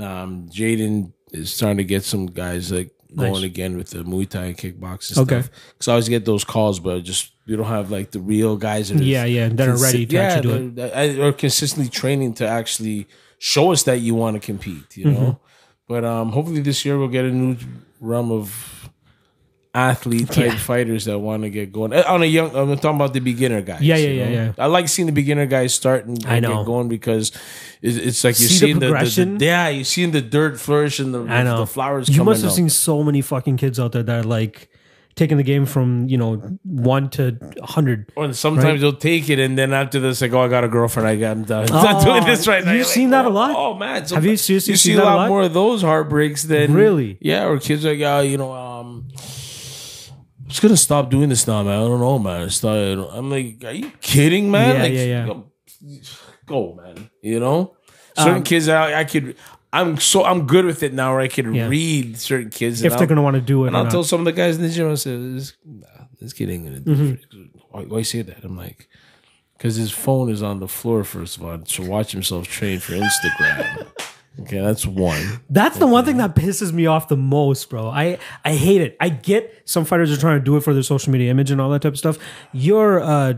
um, Jaden is starting to get some guys like Nice. going again with the Muay Thai and kickboxing Okay. stuff. Because I always get those calls, but just we don't have like the real guys that are yeah, yeah, that are ready to actually do it. it. Or consistently training to actually show us that you want to compete, you know? Mm-hmm. But um, hopefully this year we'll get a new realm of athlete type fighters that want to get going. Uh, On a young, I'm talking about the beginner guys. Yeah, yeah, you yeah, know? yeah. I like seeing the beginner guys start and, I and know. get going because it's, it's like you're See the seeing the, the- progression? the- yeah, you're seeing the dirt flourish and the, I know the flowers. You coming must have up. seen so many fucking kids out there that are like taking the game from you know one to hundred. Or sometimes they'll take it, and then after this, like, oh, I got a girlfriend. I got, I'm done. I'm Oh, not doing this right now. you've You're seen like, that a oh, lot? Oh man, so Have you seriously You see seen a that a lot, lot? more of those heartbreaks than Really? Yeah, or kids like, oh, you know, um, I'm just gonna stop doing this now, man. I don't know, man. It's not, I don't- I'm like, are you kidding, man? Yeah, like, yeah, yeah. Go, go, man. You know, Um, certain kids, I, I could. I'm so I'm good with it now, where I could Yeah. read certain kids. and If they're I'll- gonna want to do it, and or I'll not. tell some of the guys in the gym, I said, this, nah, this kid ain't gonna do it. Why, why you say that? I'm like, because his phone is on the floor, first of all, to watch himself train for Instagram. okay, that's one. That's the one thing that pisses me off the most, bro. I, I hate it. I get some fighters are trying to do it for their social media image and all that type of stuff. You're, uh,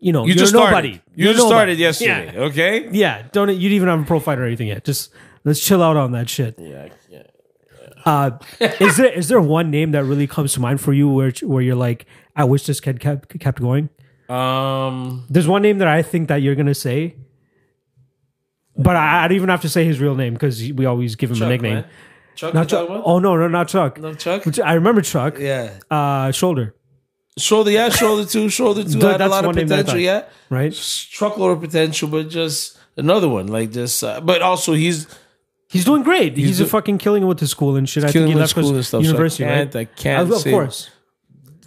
you know, You are just nobody. started. You You're just nobody. started yesterday, okay? Yeah. yeah, don't you even have a pro fight or anything yet? Just let's chill out on that shit. Yeah, yeah. Uh, is there is there one name that really comes to mind for you where where you're like, I wish this kid kept kept going? Um, There's one name that I think that you're gonna say, but I, I don't even have to say his real name because we always give him a nickname. man. Chuck, Not Chuck. Oh no, no, not Chuck. No, Chuck. Which I remember Chuck. Yeah. Uh, shoulder, Shoulder, yeah, shoulder two, shoulder two. Dude, had a that's lot of one name that I potential, thought. yeah. right? Truckload of potential, but just another one like this. Uh, but also, he's He's doing great. He's, do- a fucking killing it with his school and shit. I think killing he with left school and his stuff. university, so I can't, right? I can't. of of say course,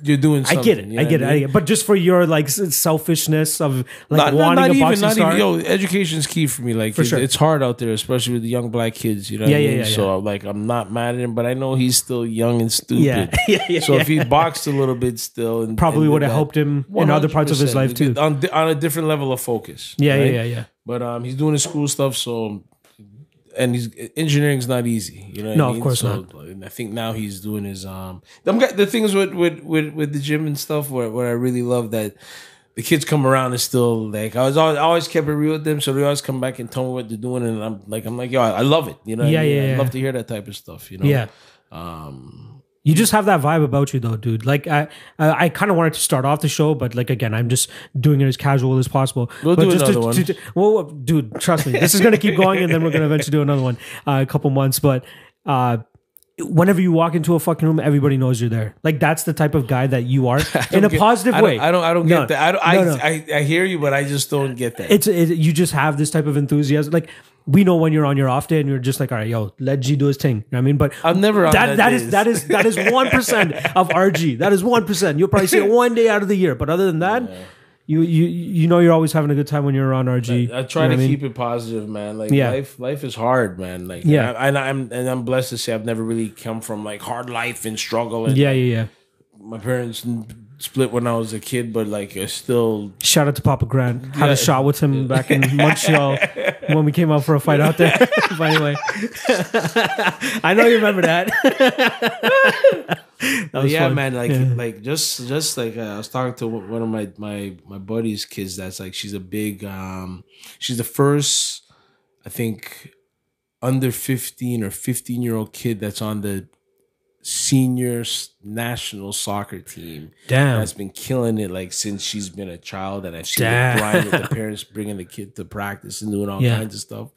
you're doing. I Something, get it. you know I get it. what I get it. But just for your like s- selfishness of like Not, not, wanting not a even, boxing not star. even. Yo, education's key for me. Like, For it- sure. it's hard out there, especially with the young black kids. You know, Yeah, what I yeah, mean? yeah, So, like, I'm not mad at him, but I know he's still young and stupid. yeah, yeah, yeah. So yeah. if he boxed a little bit still, and Probably and would did have that, helped him in other parts of his life, 100%, too. on, di- on a different level of focus. yeah, right? yeah, yeah, yeah. But um, he's doing his school stuff, so and he's engineering's not easy. You know, what No, I of mean? course so, not. And I think now he's doing his um. The, guy- the things with with with with the gym and stuff, where where I really love that. The kids come around and still like I was always, I always kept it real with them, so they always come back and tell me what they're doing, and I'm like I'm like yo, I I love it, you know. what Yeah, I mean? yeah, I yeah. love to hear that type of stuff, you know. Um, Yeah. you just have that vibe about you, though, dude. Like I, I, I kind of wanted to start off the show, but like again, I'm just doing it as casual as possible. We'll but do just to- another one. to- to- well, dude, trust me, this is gonna keep going, and then we're gonna eventually do another one, uh, a couple months. But uh, whenever you walk into a fucking room, everybody knows you're there. Like that's the type of guy that you are in a get- positive I don't- way. I don't. I don't No, get that. I don't. I, no, no. I, I hear you, but I just don't get that. it's it, you just have this type of enthusiasm. Like we know when you're on your off day and you're just like, all right, yo, let G do his thing. You know what I mean, but I'm never on that that that is days. that is that is one percent of RG. That is one percent. You'll probably see it one day out of the year, but other than that, you you you know you're always having a good time when you're around RG. I try You know what to I mean? keep it positive, man. Like Yeah. life, life is hard, man. Like Yeah. and I, and I'm and I'm blessed to say I've never really come from like hard life and struggle. And Yeah, yeah, yeah. my parents n- split when I was a kid, but like I still Shout out to Papa Grant. Had a shot with him back in Montreal when we came out for a fight out there. By the way, I know you remember that. That was yeah, fun. man. Like Yeah. like just just like uh, I was talking to one of my my my buddy's kids. That's like she's a big um she's the first I think under fifteen or fifteen year old kid that's on the senior s- national soccer team. Damn. has been killing it like since she's been a child, and I've seen Damn. the grind with the parents bringing the kid to practice and doing all Yeah. kinds of stuff.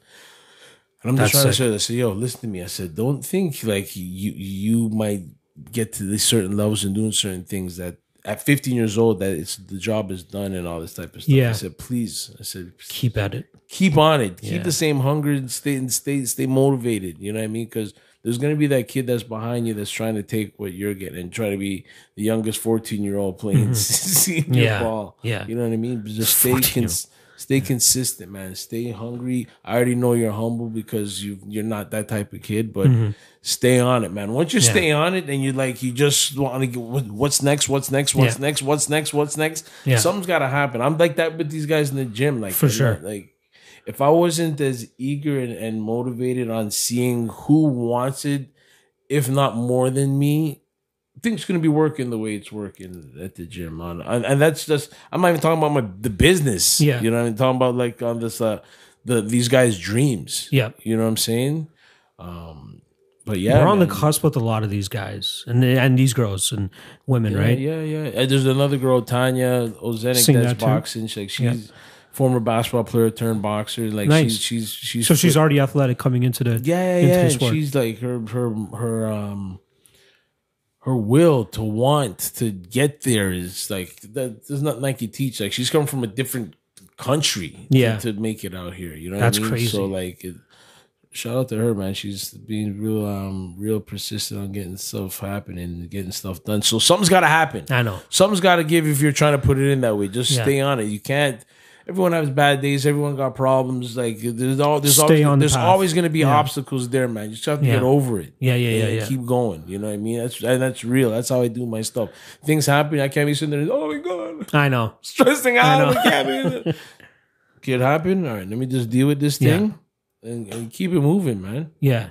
And I'm just That's trying sick. to show. this. I said, "Yo, listen to me." I said, "Don't think like you you might get to these certain levels and doing certain things that at 15 years old that it's the job is done and all this type of stuff." Yeah. I said, "Please," I said, Keep at it. keep on it. Keep Yeah. the same hunger and stay and stay stay motivated. You know what I mean? Because there's gonna be that kid that's behind you that's trying to take what you're getting and try to be the youngest 14 year old playing senior Mm-hmm. Yeah. ball. Yeah. you know what I mean. But Just stay 14-year-old. cons- stay consistent, man. Stay hungry. I already know you're humble because you you're not that type of kid, but. Mm-hmm. Stay on it, man. Once you stay on it, and you like, you just want to get what- what's next, what's next, what's Yeah. next, what's next, what's next. Yeah. Something's got to happen. I'm like that with these guys in the gym, like For and, sure. Like if I wasn't as eager and, and motivated on seeing who wants it, if not more than me, things gonna be working the way it's working at the gym. On and, and that's just I'm not even talking about my the business. Yeah. You know what I'm talking about like on this uh the these guys' dreams. Yeah. You know what I'm saying? Um but yeah, we're on man. the cusp with a lot of these guys and and these girls and women, Yeah, right? Yeah, yeah. And there's another girl, Tanya Ozenik, Seen that's that too. boxing. She's like she's former basketball player turned boxer. Like Nice. she's she's she's So she's already athletic coming into the yeah, into yeah, yeah. the And sport. she's like her her her um her will to want to get there is like that does not Nike teach. Like she's come from a different country to- Yeah. to, make it out here. You know what That's I mean? crazy. So like it, shout out to her, man. She's being real um real persistent on getting stuff happening and getting stuff done. So something's gotta happen. I know. Something's got to give if you're trying to put it in that way. Just Yeah. stay on it. You can't. Everyone has bad days. Everyone got problems. Like there's all there's Stay always, on the there's path. always going to be Yeah. obstacles there, man. You just have to Yeah. get over it. Yeah, yeah, yeah, And yeah. Keep going. You know what I mean? That's and that's real. That's how I do my stuff. Things happen. I can't be sitting there. Oh my god, I know. stressing know. out. I can't be. Could happen. All right, let me just deal with this Yeah. thing and, and keep it moving, man. Yeah.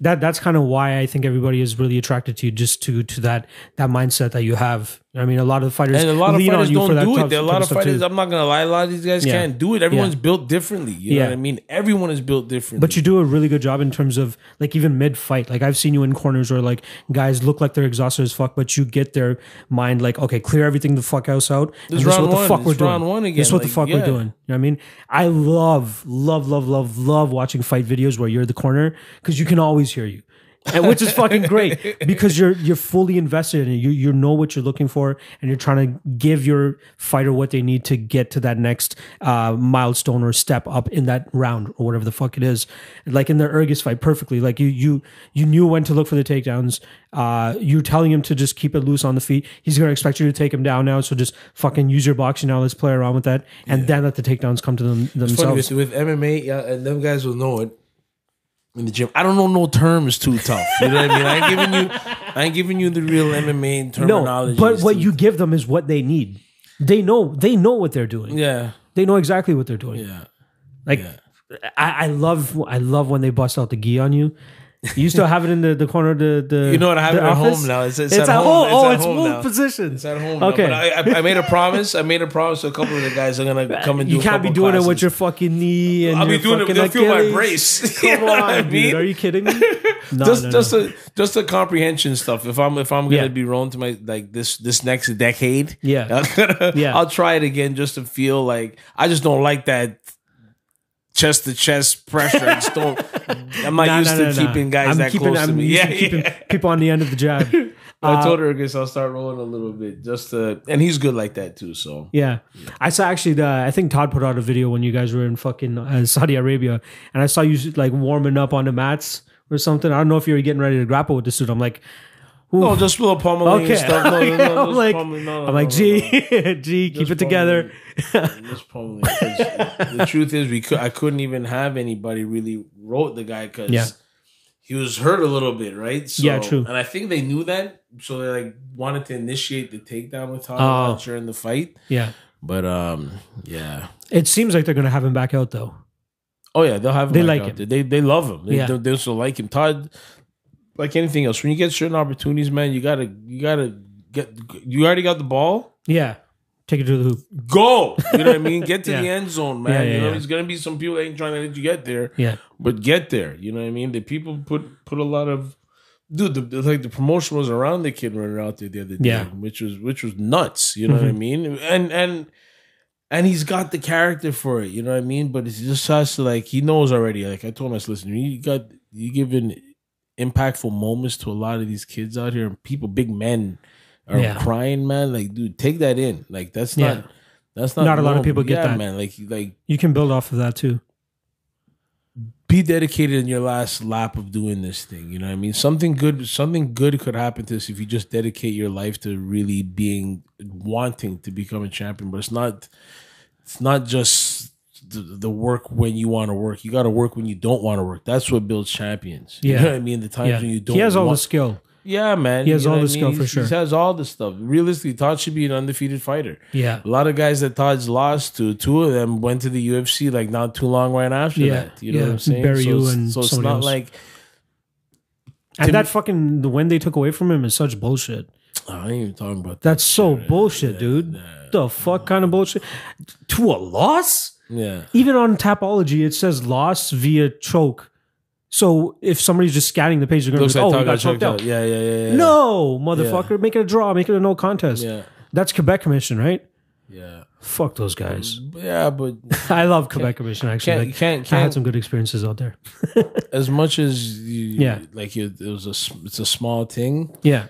that that's kind of why I think everybody is really attracted to you, just to to that that mindset that you have. I mean, a lot of the fighters And a lot of lean fighters on you for don't that do tough- it. There are a lot tough of stuff too. fighters. I'm not gonna lie. A lot of these guys Yeah. can't do it. Everyone's built differently. You know Yeah. what I mean? Everyone is built differently. But you do a really good job in terms of like even mid fight. Like I've seen you in corners where like guys look like they're exhausted as fuck, but you get their mind like, okay, clear everything the fuck else out. This and this is round what the one, fuck this we're doing. round one again, This is what the like, fuck yeah. we're doing. You know what I mean? I love, love, love, love, love watching fight videos where you're the corner because you can always hear you. and which is fucking great because you're you're fully invested in it. You you know what you're looking for and you're trying to give your fighter what they need to get to that next uh, milestone or step up in that round or whatever the fuck it is. Like in the Ergus fight, perfectly. Like you you you knew when to look for the takedowns. Uh, you're telling him to just keep it loose on the feet. He's gonna expect you to take him down now, so just fucking use your boxing now. Let's play around with that, and then let the takedowns come to them It's funny, themselves. with, with MMA, yeah, and them guys will know it in the gym. I don't know no terms too tough. You know what I mean? I ain't giving you, I ain't giving you the real MMA No, terminology. but what you give them is what they need. They know they know what they're doing. yeah, They know exactly what they're doing. yeah. Like I, I love I love when they bust out the gi on you. You still have it in the, the corner of the, the You know what? I have the it at home office? now. It's- it's at at home. home. It's oh, at it's home moved now. position. It's at home. Okay. Okay, I, I, I made a promise. I made a promise to a couple of the guys. I'm gonna come and do. you a can't be couple doing it with classes. your fucking knee and I'll be your doing it. fucking They'll feel my Achilles. brace. You Come know what I on, mean? dude. Are you kidding me? No, just no, just no. a just a comprehension stuff. If I'm if I'm gonna Yeah. be rolling to my like this this next decade, Yeah. I'm gonna, Yeah. I'll try it again just to feel like I just don't like that chest to chest pressure. I just don't. I'm not Nah, used nah, nah, to nah. keeping guys I'm that keeping, close I'm to me. used Yeah, to keeping uh, yeah. people on the end of the jab. I told her I guess I'll start rolling a little bit just to, and he's good like that too. So Yeah. I saw actually the I think Todd put out a video when you guys were in fucking uh, Saudi Arabia and I saw you like warming up on the mats or something. I don't know if you were getting ready to grapple with this dude. I'm like no, just a little pummeling okay. and stuff. No, no, no, I'm just like pummeling. No, no, I'm like no, Oh, no, no. gee, gee, keep it together. That's probably the truth is we could I couldn't even have anybody really wrote the guy because Yeah. he was hurt a little bit, right? So, Yeah, true. And I think they knew that, so they like wanted to initiate the takedown with Todd Oh. White during the fight. Yeah. But um, yeah. It seems like they're going to have him back out though. Oh yeah, they'll have him They back like out him. there. They they love him. They Yeah. they, they also like him. Todd, like anything else, when you get certain opportunities, man, you gotta you gotta get. You already got the ball. Yeah. Take it to the hoop. go. You know what I mean? Get to Yeah. the end zone, man. Yeah, yeah, you know, yeah. there's gonna be some people that ain't trying to let you get there. Yeah. But get there. You know what I mean? The people put put a lot of dude, the, the- like the promotion was around the kid running out there the other day, Yeah. which was which was nuts. You know what I Mhm. mean? And and and he's got the character for it, you know what I mean? But it's just has to like he knows already. Like I told him, I said, listen, you got you giving impactful moments to a lot of these kids out here, and people, big men, are Yeah. crying, man. Like, dude, take that in. Like, that's Yeah. not that's not Not a lot of normal. people get Yeah, that. man. Like, like You can build off of that too. be dedicated in your last lap of doing this thing. You know what I mean? Something good, something good could happen to us if you just dedicate your life to really being wanting to become a champion. But it's not, it's not just the, the work when you want to work. You got to work when you don't want to work. That's what builds champions. You Yeah. know what I mean? The times Yeah. when you don't. He has all want- the skill. Yeah, man. He has all what the skill for He's- sure. He has all the stuff. Realistically, Todd should be an undefeated fighter. Yeah. A lot of guys that Todd's lost to, two of them went to the UFC like not too long right after Yeah, that. You know yeah. what I'm saying? Barry so, Yu it's- and so it's somebody not else. like And Tim- that fucking the win they took away from him is such bullshit. oh, I ain't even talking about that. That's so bullshit, dude. The fuck kind of bullshit? To a loss? Yeah. even on Tapology, it says loss via choke. So if somebody's just scanning the page, they're going Looks to be like like, Todd "Oh, we got got choked out." choked out. Yeah, yeah, yeah, yeah. No, motherfucker, make it a draw, make it a no contest. Yeah. That's Quebec Commission, right? Yeah. Fuck those guys. Yeah, but I love Quebec Commission. Actually, can't Like, can't I had can't some good experiences out there. as much as you Yeah. like you, it was a s- it's a small thing. Yeah,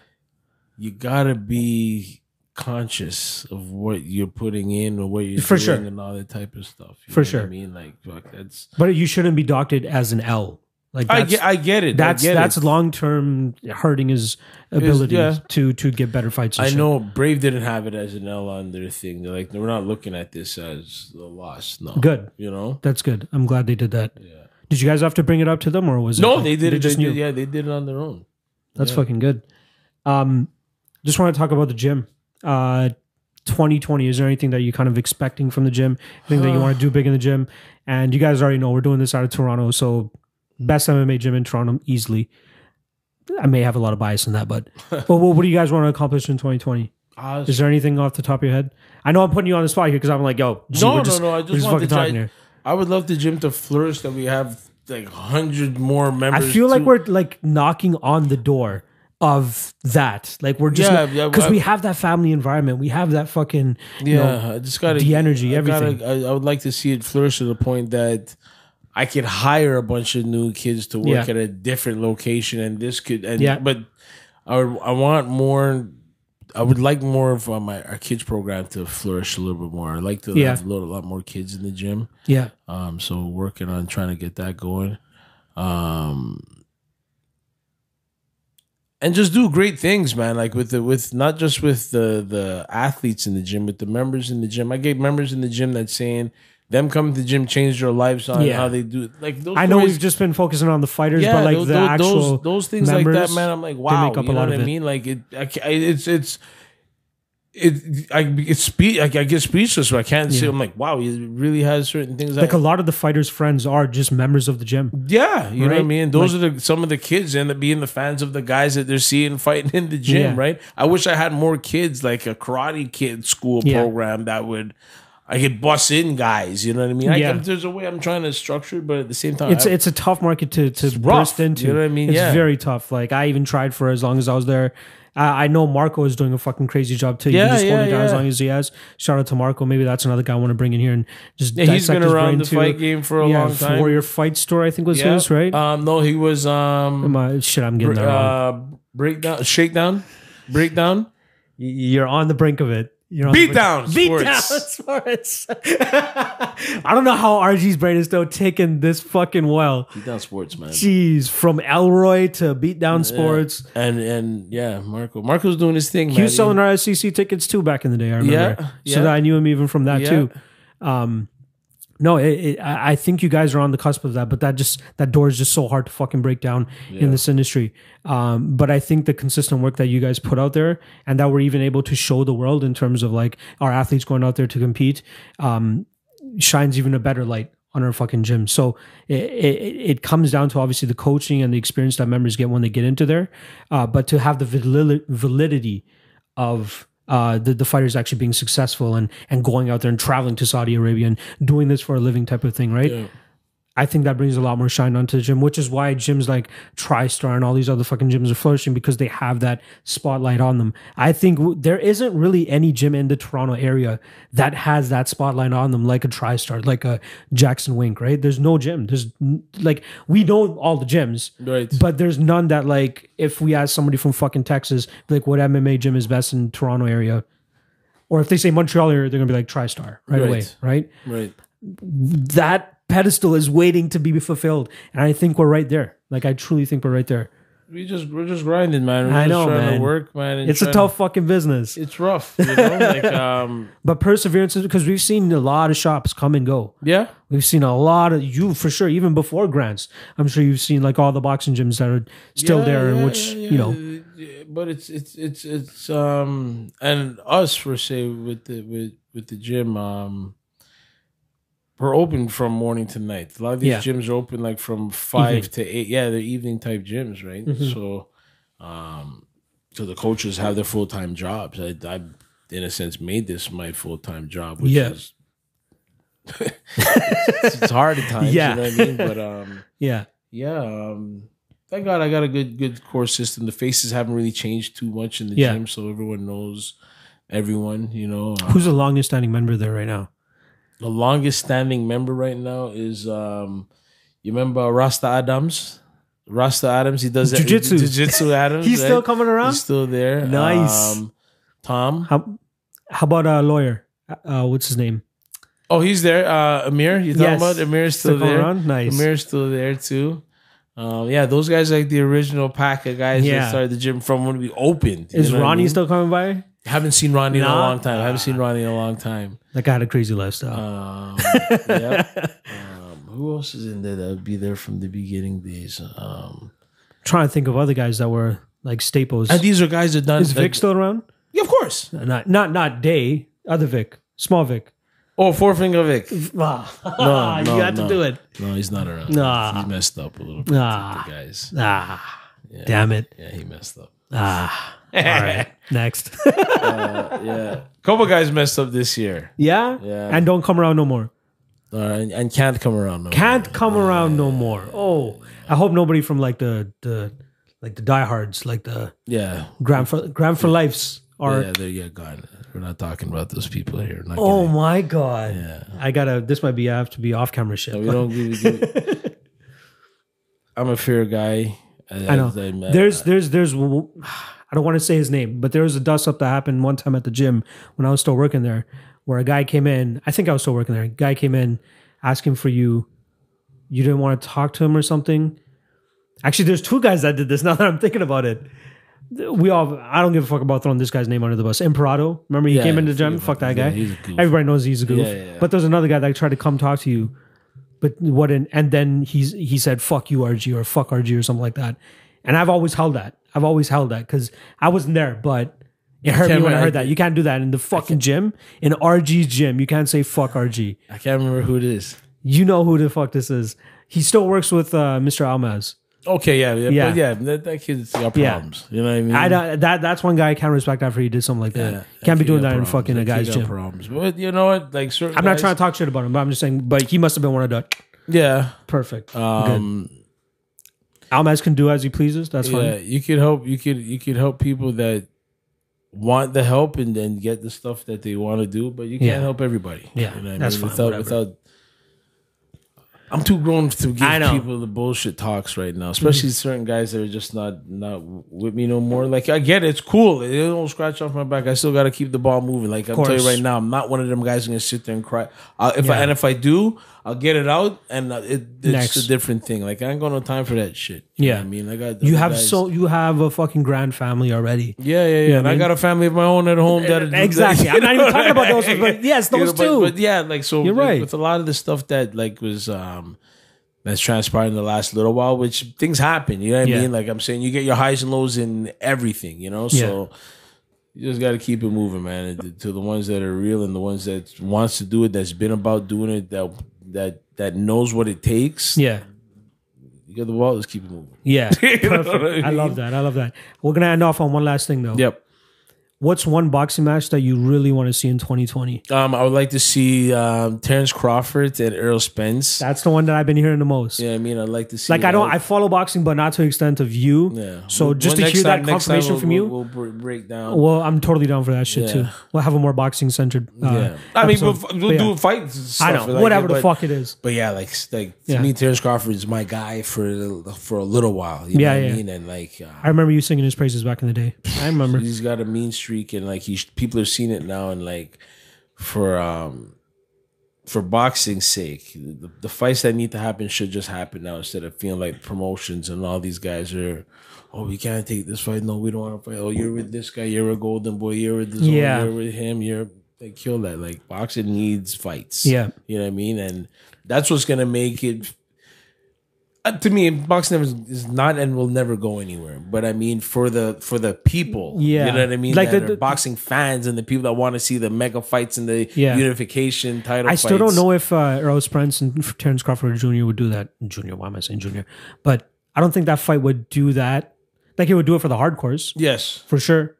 you gotta be conscious of what you're putting in or what you're For doing sure. and all that type of stuff. You For know what I sure. mean, like, fuck, that's. but you shouldn't be docked as an L. Like I that's get, I get it. that's I get that's it. long term hurting his ability yeah. to to get better fights. And I shit. know Brave didn't have it as an L on their thing. They're like, we're not looking at this as a loss. No, Good. You know, That's good. I'm glad they did that. Yeah. Did you guys have to bring it up to them, or was it no, like they did it. just they knew? did, yeah, they did it on their own. That's Yeah. fucking good. Um, just want to talk about the gym. Uh, 2020, is there anything that you're kind of expecting from the gym? Anything that you want to do big in the gym? And you guys already know we're doing this out of Toronto, so Mm. best MMA gym in Toronto easily. I may have a lot of bias in that, but but what, what do you guys want to accomplish in 2020? Uh, Is there anything off the top of your head? I know I'm putting you on the spot here because I'm like, yo, gee, no, we're no, just, no. I we're just want to fucking talking try. here. I would love the gym to flourish that we have like hundred more I members. feel like to- we're like knocking on the door of that. Like we're just Yeah, because yeah, I- we have that family environment. We have that fucking you Yeah, know, I just gotta the energy, I gotta- everything. I, I would like to see it flourish to the point that I could hire a bunch of new kids to work Yeah. at a different location, and this could. And, Yeah. but I would- I want more. I would like more of uh, my our kids program to flourish a little bit more. I like to Yeah. have a lot, a lot more kids in the gym. yeah. Um, so working on trying to get that going. Um, and just do great things, man. Like with the with not just with the the athletes in the gym, with the members in the gym. I get members in the gym that's saying them coming to the gym changed their lives on Yeah. how they do it. Like those I know stories- we've just been focusing on the fighters, yeah, but like tho- the tho- actual those, those things like members, that, man. I'm like, wow, make up you a know lot what of I it. mean? Like it, I, ca- I- it's it's it. I it's spe- I, I get speechless. So I can't see. I'm like, wow, it really has certain things. like I, a lot of the fighters' friends are just members of the gym. yeah, you know what I Right? mean. Those are the some of the kids end up being the fans of the guys that they're seeing fighting in the Yeah. gym, right? I wish I had more kids like a karate kid school Yeah. program that would I could bus in guys. You know what I mean? I Yeah. can, there's a way I'm trying to structure, it, but at the same time, It's I- it's a tough market to to rough, burst into. you know what I mean? It's Yeah. very tough. Like I even tried for as long as I was there. I, I know Marco is doing a fucking crazy job too. You Yeah, can just hold yeah, it down as yeah. long as he has. Shout out to Marco. Maybe that's another guy I want to bring in here and just Yeah, he's dissect been his around brain the too. fight game for a yeah, long time. Warrior Fight Store, I think was his right. Um, no, he was um, Am I- shit, I'm getting that wrong. uh, breakdown, shakedown, breakdown, Y- You're on the brink of it. You're on the brink- beatdown, Beat down sports. sports. I don't know how RG's brain is still taking this fucking well. beatdown sports, man. Jeez, from Elroy to beat down sports. And and yeah, Marco, Marco's doing his thing. He man. was selling our SEC tickets too back in the day. I remember, Yeah, so yeah. that I knew him even from that Yeah. too. Um, no, it, it, I I think you guys are on the cusp of that, but that just that door is just so hard to fucking break down in this industry. Um, but I think the consistent work that you guys put out there, and that we're even able to show the world in terms of like our athletes going out there to compete, um, shines even a better light on our fucking gym. So it, it, it comes down to obviously the coaching and the experience that members get when they get into there, uh, but to have the valid- validity of uh, the, the fighters actually being successful and, and going out there and traveling to Saudi Arabia and doing this for a living type of thing, right? Yeah. I think that brings a lot more shine onto the gym, which is why gyms like TriStar and all these other fucking gyms are flourishing because they have that spotlight on them. I think w- there isn't really any gym in the Toronto area that has that spotlight on them, like a TriStar, like a Jackson Wink, right? There's no gym. There's n- like, we know all the gyms, Right. but there's none that, like, if we ask somebody from fucking Texas, like, what MMA gym is best in Toronto area? Or if they say Montreal area, they're gonna be like TriStar right. away, Right. right? right. that pedestal is waiting to be fulfilled. And I think we're right there. Like I truly think we're right there. We just we're just grinding, man. We're I just know, trying man. to work, man. and It's a trying- tough fucking business. It's rough, you know. like um, But perseverance is because we've seen a lot of shops come and go. yeah, We've seen a lot of you for sure, even before grants. I'm sure you've seen like all the boxing gyms that are still Yeah, there and yeah, which, yeah, you yeah, know, yeah, But it's it's it's it's um, and us for say with the with with the gym um. We're open from morning to night. A lot of these Yeah. gyms are open like from five to eight. Yeah, they're evening type gyms, right? Mm-hmm. So, um, so the coaches have their full time jobs. I, I, in a sense, made this my full time job, which Yeah. is it's, it's hard at times. Yeah. you know what I mean. But um, yeah. yeah, um, thank God I got a good good core system. The faces haven't really changed too much in the Yeah. gym, so everyone knows everyone. You know, Uh, Who's the longest standing member there right now? the longest standing member right now is um, you remember Rasta Adams. Rasta Adams, he does that- Jiu-jitsu. Jiu-jitsu Adams. He's right? still coming around? He's still there. Um, Nice. Tom. How how about a lawyer? Uh, what's his name? Oh, he's there. Uh, Amir, you talking Yes. about Amir's still, coming there. around? Nice. Amir's still there too. Um, yeah, those guys are like the original pack of guys Yeah. that started the gym from when we opened. you is know what I Ronnie mean? still coming by? Haven't seen Ronnie in a Nah. long time. Haven't seen Ronnie in a long time. That guy had a crazy lifestyle. Um, yep. um, who else is in there that would be there from the beginning days? Um, trying to think of other guys that were like staples. and these are guys that done. Is Vic like- still around? yeah, of course. Not not not Day. Other Vic. Small Vic. Oh, Four Finger Vic. Ah, No, no, you had no. to do it. No, he's not around. Nah. He messed up a little bit. Nah. The guys. Ah, damn it. Yeah, he messed up. Ah, all right. Next. Yeah. Couple guys messed up this year. Yeah? Yeah. And don't come around no more. All right, and, and can't come around. No Can't come around no more. Oh, I hope nobody from like the the like the diehards, like the Yeah. Grand for Grand for Life's are. yeah, they're yeah, gone. We're not talking about those people here. Not Oh gonna- my god! I gotta. This might be. I have to be off camera shit. we don't give, give I'm a fair guy. I know. There's, there's, there's. I don't want to say his name, but there was a dust up that happened one time at the gym when I was still working there, where a guy came in. I think I was still working there. A guy came in asking for you. You didn't want to talk to him or something. Actually, there's two guys that did this. Now that I'm thinking about it, we all. I don't give a fuck about throwing this guy's name under the bus. Imperado. Remember he Yeah, came into the forget gym. about Fuck that guy. that. He's a goof. Everybody knows he's a goof. yeah, yeah. But there's another guy that tried to come talk to you but what an and then he's he said fuck you RG or fuck RG or something like that. And I've always held that. I've always held that because I wasn't there, but it hurt me can't when I re- heard that. You can't do that in the fucking gym, in RG's gym. You can't say fuck RG. I can't remember who it is. You know who the fuck this is. He still works with uh, Mr. Almaz. Okay, yeah, yeah, Yeah. but yeah. That, that kid's got Yeah. problems. You know what I mean? I don't, that that's one guy I can't respect after he did something like that. Mm. Yeah, can't be kid doing got that in problems. fucking a That kid guy's got gym. Problems, but you know what? Like, certain I'm not guys- trying to talk shit about him, but I'm just saying. But he must have been one of the Yeah, perfect. um, Good. Almaz can do as he pleases. That's yeah. fine. You could help. You could you could help people that want the help and then get the stuff that they want to do, but you can't Yeah. help everybody. Yeah, you know what that's I mean? fine, Without, whatever. without, I'm too grown to I give know. Mm-hmm. people the bullshit talks right now, especially certain guys that are just not not with me no more. Like I get it, it's cool. It don't scratch off my back. I still got to keep the ball moving. Like I'm telling course. you right now, I'm not one of them guys who's gonna sit there and cry. I, if I, Yeah. and if I do, I'll get it out, and uh, it, it's Next. a different thing. Like I ain't got no time for that shit. You Yeah. know what I mean, I got You other have guys- so you have a fucking grand family already. yeah, yeah, yeah. and I, mean? Eh, got a family of my own at home. That Exactly. I'm not even talking about those ones, but yes, You know, those but- two. But, yeah, like so. You're like, right. With a lot of the stuff that like was um that's transpired in the last little while, which things happen. You know what Yeah. I mean? Like I'm saying, you get your highs and lows in everything. You know, so. You just got to keep it moving, man. and To the ones that are real and the ones that wants to do it, that's been about doing it, that that that knows what it takes. Yeah. You got the wall, just keep it moving. Yeah. You know what I Perfect. I mean? love that. I love that. We're gonna end off on one last thing though. Yep. What's one boxing match that you really want to see in 2020? Um, I would like to see um, Terrence Crawford and Earl Spence. That's the one that I've been hearing the most. Yeah, I mean, I'd like to see. Like I don't I follow boxing, but not to the extent of you. yeah. So Well, just to next hear time- that next time confirmation we'll- from you. we'll, we'll br- break down. well, I'm totally down for that shit Yeah. too. We'll have a more boxing centered. Uh, yeah, I mean, we'll, episode. we'll But yeah. do fights. and Stuff I know like whatever that, the but- fuck it is. But yeah, like like to Yeah. me, Terrence Crawford is my guy for the- for a little while. You Yeah, know what yeah. I mean, and like uh, I remember you singing his praises back in the day. I remember. he's got a mean streak, and like he's people are seeing it now, and like for um for boxing's sake, the, the fights that need to happen should just happen now instead of feeling like promotions and all these guys are. Oh, we can't take this fight. No, we don't want to fight. Oh, you're with this guy. You're a golden boy. You're with this. Yeah. Yeah. you're with him. You're like kill that. Like boxing needs fights. Yeah. you know what I mean. And that's what's gonna make it uh, to me, boxing never is not and will never go anywhere. But I mean, for the for the people, Yeah. you know what I mean. Like Like the- the, the- boxing fans and the people that want to see the mega fights and the Yeah. unification title. I still fights. don't know if uh, Errol Spence and Terrence Crawford Jr. would do that. Junior, why am I saying junior? But I don't think that fight would do that. Like it would do it for the hardcores Yes, for sure.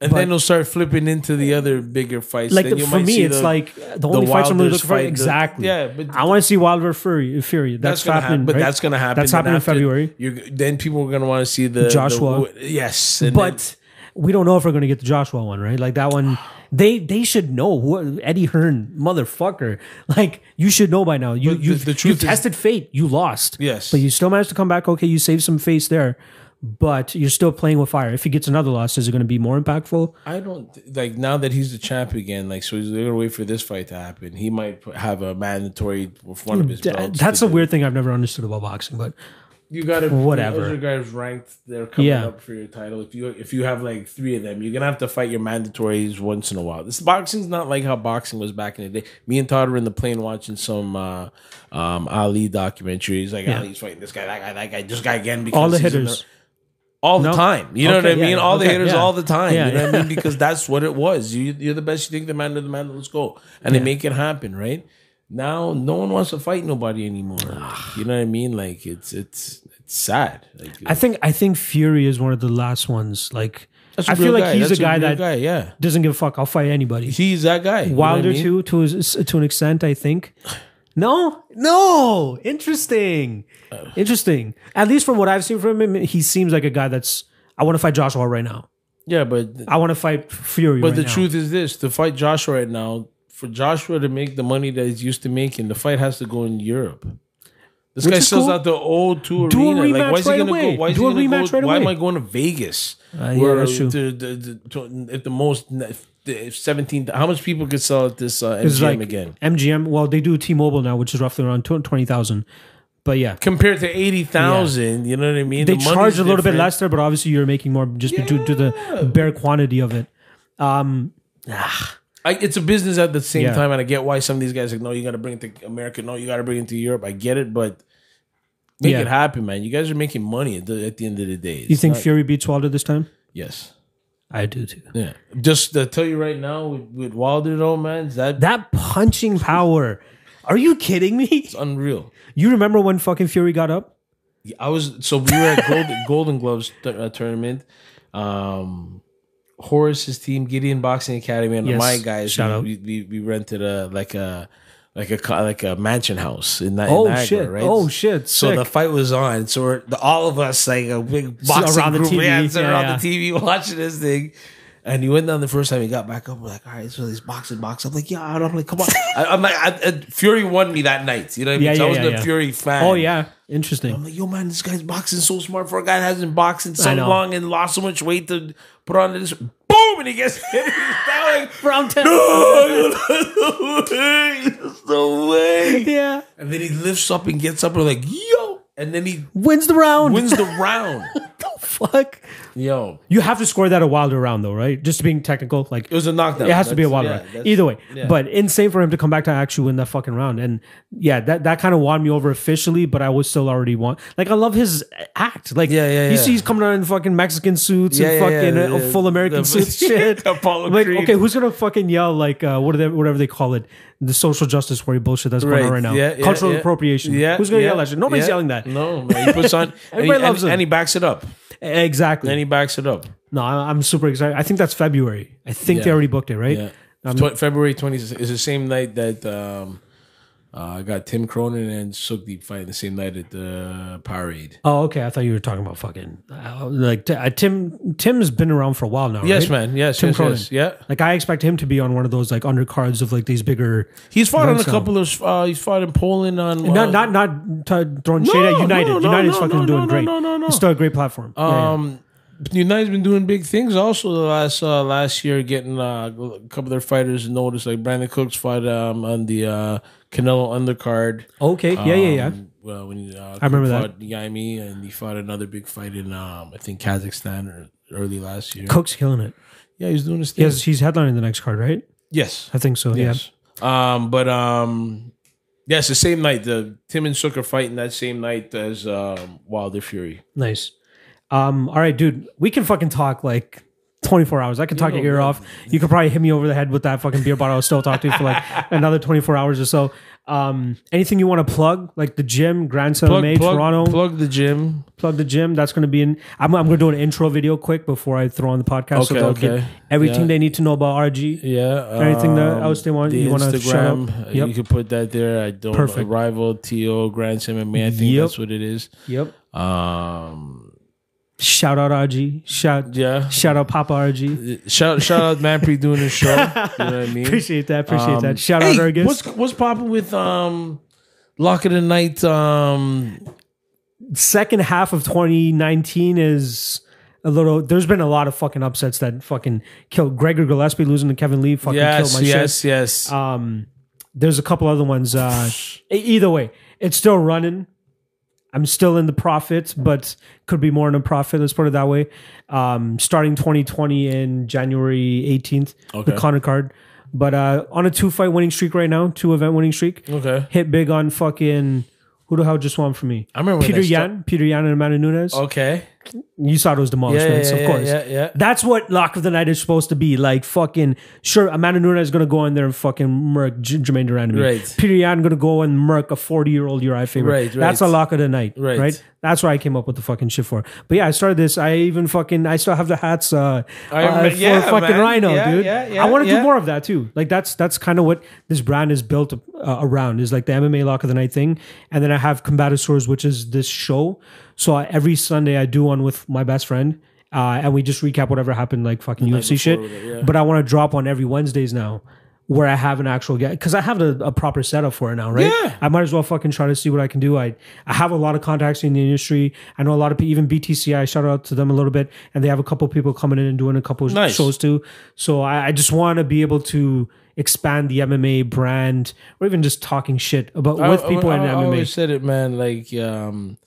and then they'll start flipping into the other bigger fights. Like Then the- you for might me, see it's the- like uh, the only fights I'm really Wilder's looking for. fight, the- exactly. yeah, but- I want to see Wilder Fury. Fury. That's, that's, gonna happening. happen, but right? that's gonna happen. That's Then happening in after, February. You're, then people are gonna want to see the Joshua. the- yes, and then- But we don't know if we're going to get the Joshua one, right? Like that one, they they should know who Eddie Hearn, motherfucker. Like you should know by now. You But you the- the you truth is- tested fate. You lost. Yes. but you still managed to come back. Okay, you saved some face there, but you're still playing with fire. If he gets another loss, is it going to be more impactful? I don't like now that he's the champ again. Like, so they're gonna wait for this fight to happen. He might put- have a mandatory with one of his Th- belts. That's to a do. weird thing I've never understood about boxing. But You gotta whatever. Those are guys ranked. They're coming Yeah. up for your title. If you if you have like three of them, you're gonna have to fight your mandatories once in a while. This boxing's not like how boxing was back in the day. Me and Todd were in the plane watching some uh, um, Ali documentaries. Like Ali's fighting this guy, that guy, that guy, this guy again. Because all the he's in hitters, all the No? time. You know Okay, what I yeah, mean? all the okay, haters yeah. all the time. Yeah, you know what I yeah. mean? Because that's what it was. You, you're the best. You think the man of the man. Let's go. And they make it happen, right? Now no one wants to fight nobody anymore. Like, you know what I mean? Like it's it's it's sad. Like, I think I think Fury is one of the last ones. Like that's a I feel real like he's That's a guy real that guy. yeah, doesn't give a fuck. I'll fight anybody. he's that guy. You know what I Wilder mean? too, to his, to an extent, I think. No, no, interesting, interesting. At least from what I've seen from him, he seems like a guy that's. I want to fight Joshua right now. Yeah, but I want to fight Fury. But right the now. truth is this: to fight Joshua right now, for Joshua to make the money that he's used to making, the fight has to go in Europe. This Which guy is sells cool. out the old two Do a arena. like, rematch why is he right gonna away. go? Why is Do he a gonna rematch go? right why am away. Uh, I going to Vegas? yeah, where that's true. To, to, to- at the most, the seventeen. How much people could sell at this uh, It's MGM like again? MGM. Well, they do T-Mobile now, which is roughly around tw- twenty thousand. But yeah, Compared to eighty thousand, you know what I mean. they The money's charge a little bit different. less there, but obviously you're making more just due to the bare quantity of it. I, it's a business at the same Yeah. time, and I get why some of these guys are like, no, you got to bring it to America. No, you got to bring it to Europe. I get it, but make Yeah. it happen, man. You guys are making money at the, at the end of the day. You think Fury beats Wilder this time? Yes. I do too. Yeah. Just to tell you right now, with, with Wilder, though, man, that, that's That punching power. Are you kidding me? unreal. You remember when fucking Fury got up? I was so we were at Gold, Golden Gloves t- uh, tournament. Um, Horace's team, Gideon Boxing Academy, and Yes, my guys. shout we, out. We, we we rented a like a like a co- like a mansion house in that. Oh Niagara, shit! Right? Oh shit! So Sick. the fight was on. So we're, the, all of us, like a big boxing around the group, TV, yeah, sitting yeah, around yeah. the TV watching this thing. And he went down the first time. He got back up. We're like, all right, so this boxing box. I'm like, yeah. And I'm like, come on. I, I'm like, I, I, Fury won me that night. You know what I mean? Yeah, so I yeah, was yeah, the yeah. Fury fan. oh yeah, I'm interesting. like, yo, man, this guy's boxing so smart for a guy that hasn't boxed in so I know. long and lost so much weight to put on this. Boom! And he gets hit. He's down like, Round ten. no way. There's no way. Yeah, And then he lifts up and gets up and like, yo. And then he wins the round. wins the round. the fuck. Yo, You have to score that a Wilder round though, right? Just being technical, like it was a knockdown. It has to be a That's- wild yeah, round. that's- Either way. yeah. But insane for him to come back to actually win that fucking round. And yeah, that, that kind of won me over officially, but I was still already want. Like, I love his act. Like, Yeah, yeah, you yeah. see he's coming out in fucking Mexican suits Yeah, and yeah, fucking yeah, uh, yeah. full American The- suits shit. Apollo like, Creed. okay, who's going to fucking yell, like, uh, what are they, whatever they call it, the social justice warrior bullshit that's going on Right, right now? yeah, yeah, Cultural yeah. appropriation. Who's going to yeah, yell that shit? Nobody's yeah. yelling that. No, man, he puts on. and, he, Everybody loves and- him. and he backs it up. Exactly. And he backs it up. no, I- I'm super excited. I think that's February. I think they Yeah. already booked it, right? Yeah. Tw- February 20th is the same night that um, uh, I got Tim Cronin and Sukdeep fighting the same night at the parade. Oh, okay. I thought you were talking about fucking uh, like t- uh, Tim. Tim's been around for a while now. Yes, right? man. Yes, Tim yes, Cronin. yes. Yeah. Like I expect him to be on one of those like undercards of like these bigger. He's fought on a That's how- couple of. Uh, he's fought in Poland on. uh, Not not not t- throwing shade at No, United. no, no, United's no, fucking no, doing no, great. no, no, no. It's still a great platform. Yeah, yeah. Um, United's been doing big things also the last uh, last year, getting uh, a couple of their fighters noticed. Like Brandon Cooks fought um, on the uh, Canelo undercard. okay. Yeah, yeah, yeah. Um, well, when he, uh, I remember that. fought Jaime, and he fought another big fight in um, I think Kazakhstan or early last year. Cook's killing it. Yeah, he's doing his thing. He has, he's headlining the next card, right? Yes. I think so. Yes. Um, but um, yes, the same night the Tim and Sook are fighting that same night as um, Wilder Fury. Yeah. Nice. Um. All right, dude. We can fucking talk like. 24 hours. I can talk your ear off. You could probably hit me over the head with that fucking beer bottle. I'll still talk to you for like another 24 hours or so. Um, anything you want to plug? Like the gym, Grand Slam Plug, MMA, plug, Toronto. Plug. plug the gym. the gym. That's going to be in. I'm, I'm going to do an intro video quick before I throw on the podcast. so Okay, they'll okay. get everything Yeah. they need to know about RG. Yeah. um, Anything that else they want- the you wanna shout out? Instagram, uh, Yep. You can put that there. I don't Perfect. rival To Grand Slam and Man. I think Yep. that's what it is. Yep. Um, Shout out RG. Shout yeah. shout out Papa RG. Shout shout out Manpre doing his show. You know what I mean? Appreciate that. Appreciate Um, that. Shout out hey, Ergus. What's what's popping with um Lock of the Night um second half of 2019 is a little. There's been a lot of fucking upsets that fucking killed Gregor Gillespie losing to Kevin Lee. Fucking Yes, killed my yes, shit. yes. Um, there's a couple other ones. Uh, e- either way, it's still running. I'm still in the profit, but could be more in a profit. Let's put it that way. Um, starting 2020 in January 18th, Okay. the Connor card. But uh, on a two fight winning streak right now, two event winning streak. okay. Hit big on fucking who the hell just won for me? I remember when Peter that sta- Yan, Peter Yan and Amanda Nunes. Okay. you saw those demolished, Yeah, man, so yeah, of course. yeah, yeah, yeah. That's what lock of the night is supposed to be. Like fucking sure, Amanda Nunes is gonna go in there and fucking murk J- Jermaine Durand. to me. Right. Peter Yan gonna go and murk a forty year old Uriah Faber. Right, That's a right. lock of the night. Right. Right. Right. That's where I came up with the fucking shit for. But yeah, I started this. I even fucking I still have the hats uh, uh, remember- for yeah, fucking man. Rhino, Yeah, dude. yeah, yeah, I want to yeah. do more of that too. Like that's that's kind of what this brand is built uh, around is like the MMA lock of the night thing, and then I have Combatosaurus, which is this show. So I, every Sunday I do one with my best friend, uh, and we just recap whatever happened, like fucking UFC shit. But I want to drop on every Wednesdays now. Where I have an actual guest, because I have a, a proper setup for it now, right? Yeah. I might as well fucking try to see what I can do. I I have a lot of contacts in the industry. I know a lot of people, even BTCI. Shout out to them a little bit, and they have a couple people coming in and doing a couple Nice. shows too. So I, I just want to be able to expand the MMA brand, or even just talking shit about with people I, in I, I always MMA. said it, man. Like, um,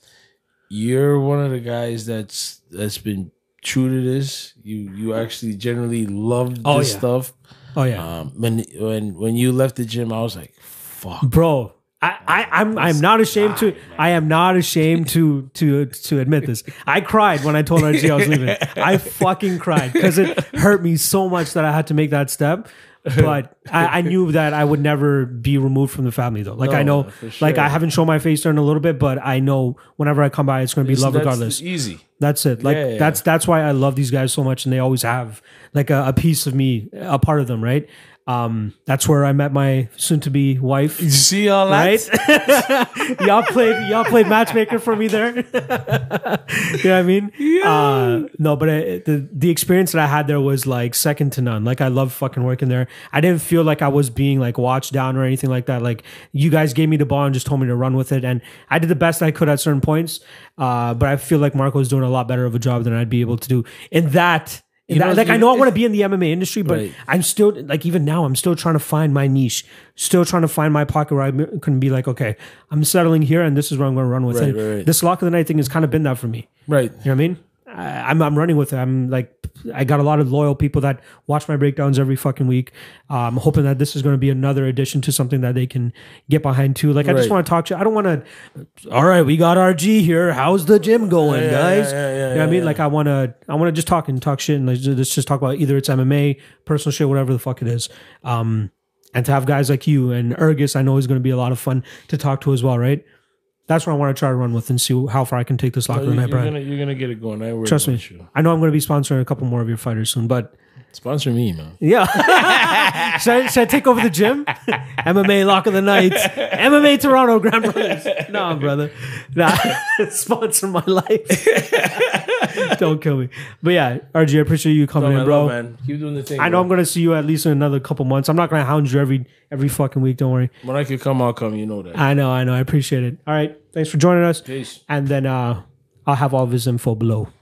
you're one of the guys that's that's been true to this. You you actually generally love Oh, this yeah. stuff. Oh yeah, Um, when when when you left the gym, I was like, fuck. bro. I, I, I'm I'm not ashamed to I am not ashamed to to to admit this. I cried when I told RG I was leaving. I fucking cried because it hurt me so much that I had to make that step. But I, I knew that I would never be removed from the family though. Like I No, know, for like I sure. haven't shown my face there in a little bit, but I know whenever I come by, it's going to be love That's regardless. easy. That's it. Like Yeah, yeah, yeah. that's that's why I love these guys so much, and they always have like a, a piece of me, a part of them, right? Um, that's where I met my soon-to-be wife. You see all that? Right? y'all played y'all played matchmaker for me there. you know what I mean? Uh, no, but it, the the experience that I had there was like second to none. Like I love fucking working there. I didn't feel like I was being like watched down or anything like that. Like you guys gave me the ball and just told me to run with it, and I did the best I could at certain points. Uh, but I feel like Marco is doing a lot better of a job than I'd be able to do in that. in that- know, like I you- know I want to be in the MMA industry, but Right. I'm still like even now I'm still trying to find my niche, still trying to find my pocket where I m- can be like, okay, I'm settling here and this is where I'm going to run with Right, it. right, right. This lock of the night thing has kind of been that for me. Right. You know what I mean? I, I'm I'm running with it. I'm like I got a lot of loyal people that watch my breakdowns every fucking week. Uh, I'm hoping that this is going to be another addition to something that they can get behind too. Like I just Right. want to talk to. I don't want to. All right, we got RG here. How's the gym going, guys? yeah, yeah, you know what I mean? Like I want to. I want to just talk and talk shit and like, ju- let's just talk about either it's MMA, personal shit, whatever the fuck it is. Um, and to have guys like you and Ergus, I know is going to be a lot of fun to talk to as well, right? That's what I want to try to run with and see how far I can take this locker You, room, are night, Brian. gonna you're gonna get it going. I worry Trust about me. you. I know I'm going to be sponsoring a couple more of your fighters soon, but Sponsor me, man. yeah. should, I, should I take over the gym? MMA lock of the night. MMA Toronto Grand Brothers. Nah, brother. Nah. Sponsor my life. Don't kill me. But yeah, RG, I appreciate you coming in, bro. man. Keep doing the thing. I know I'm going to see you at least in another couple months. I'm not going to hound you every every fucking week. Don't worry. When I could come, I'll come. You know that. I know, I know. I appreciate it. All right. Thanks for joining us. Peace. And then uh, I'll have all of his info below.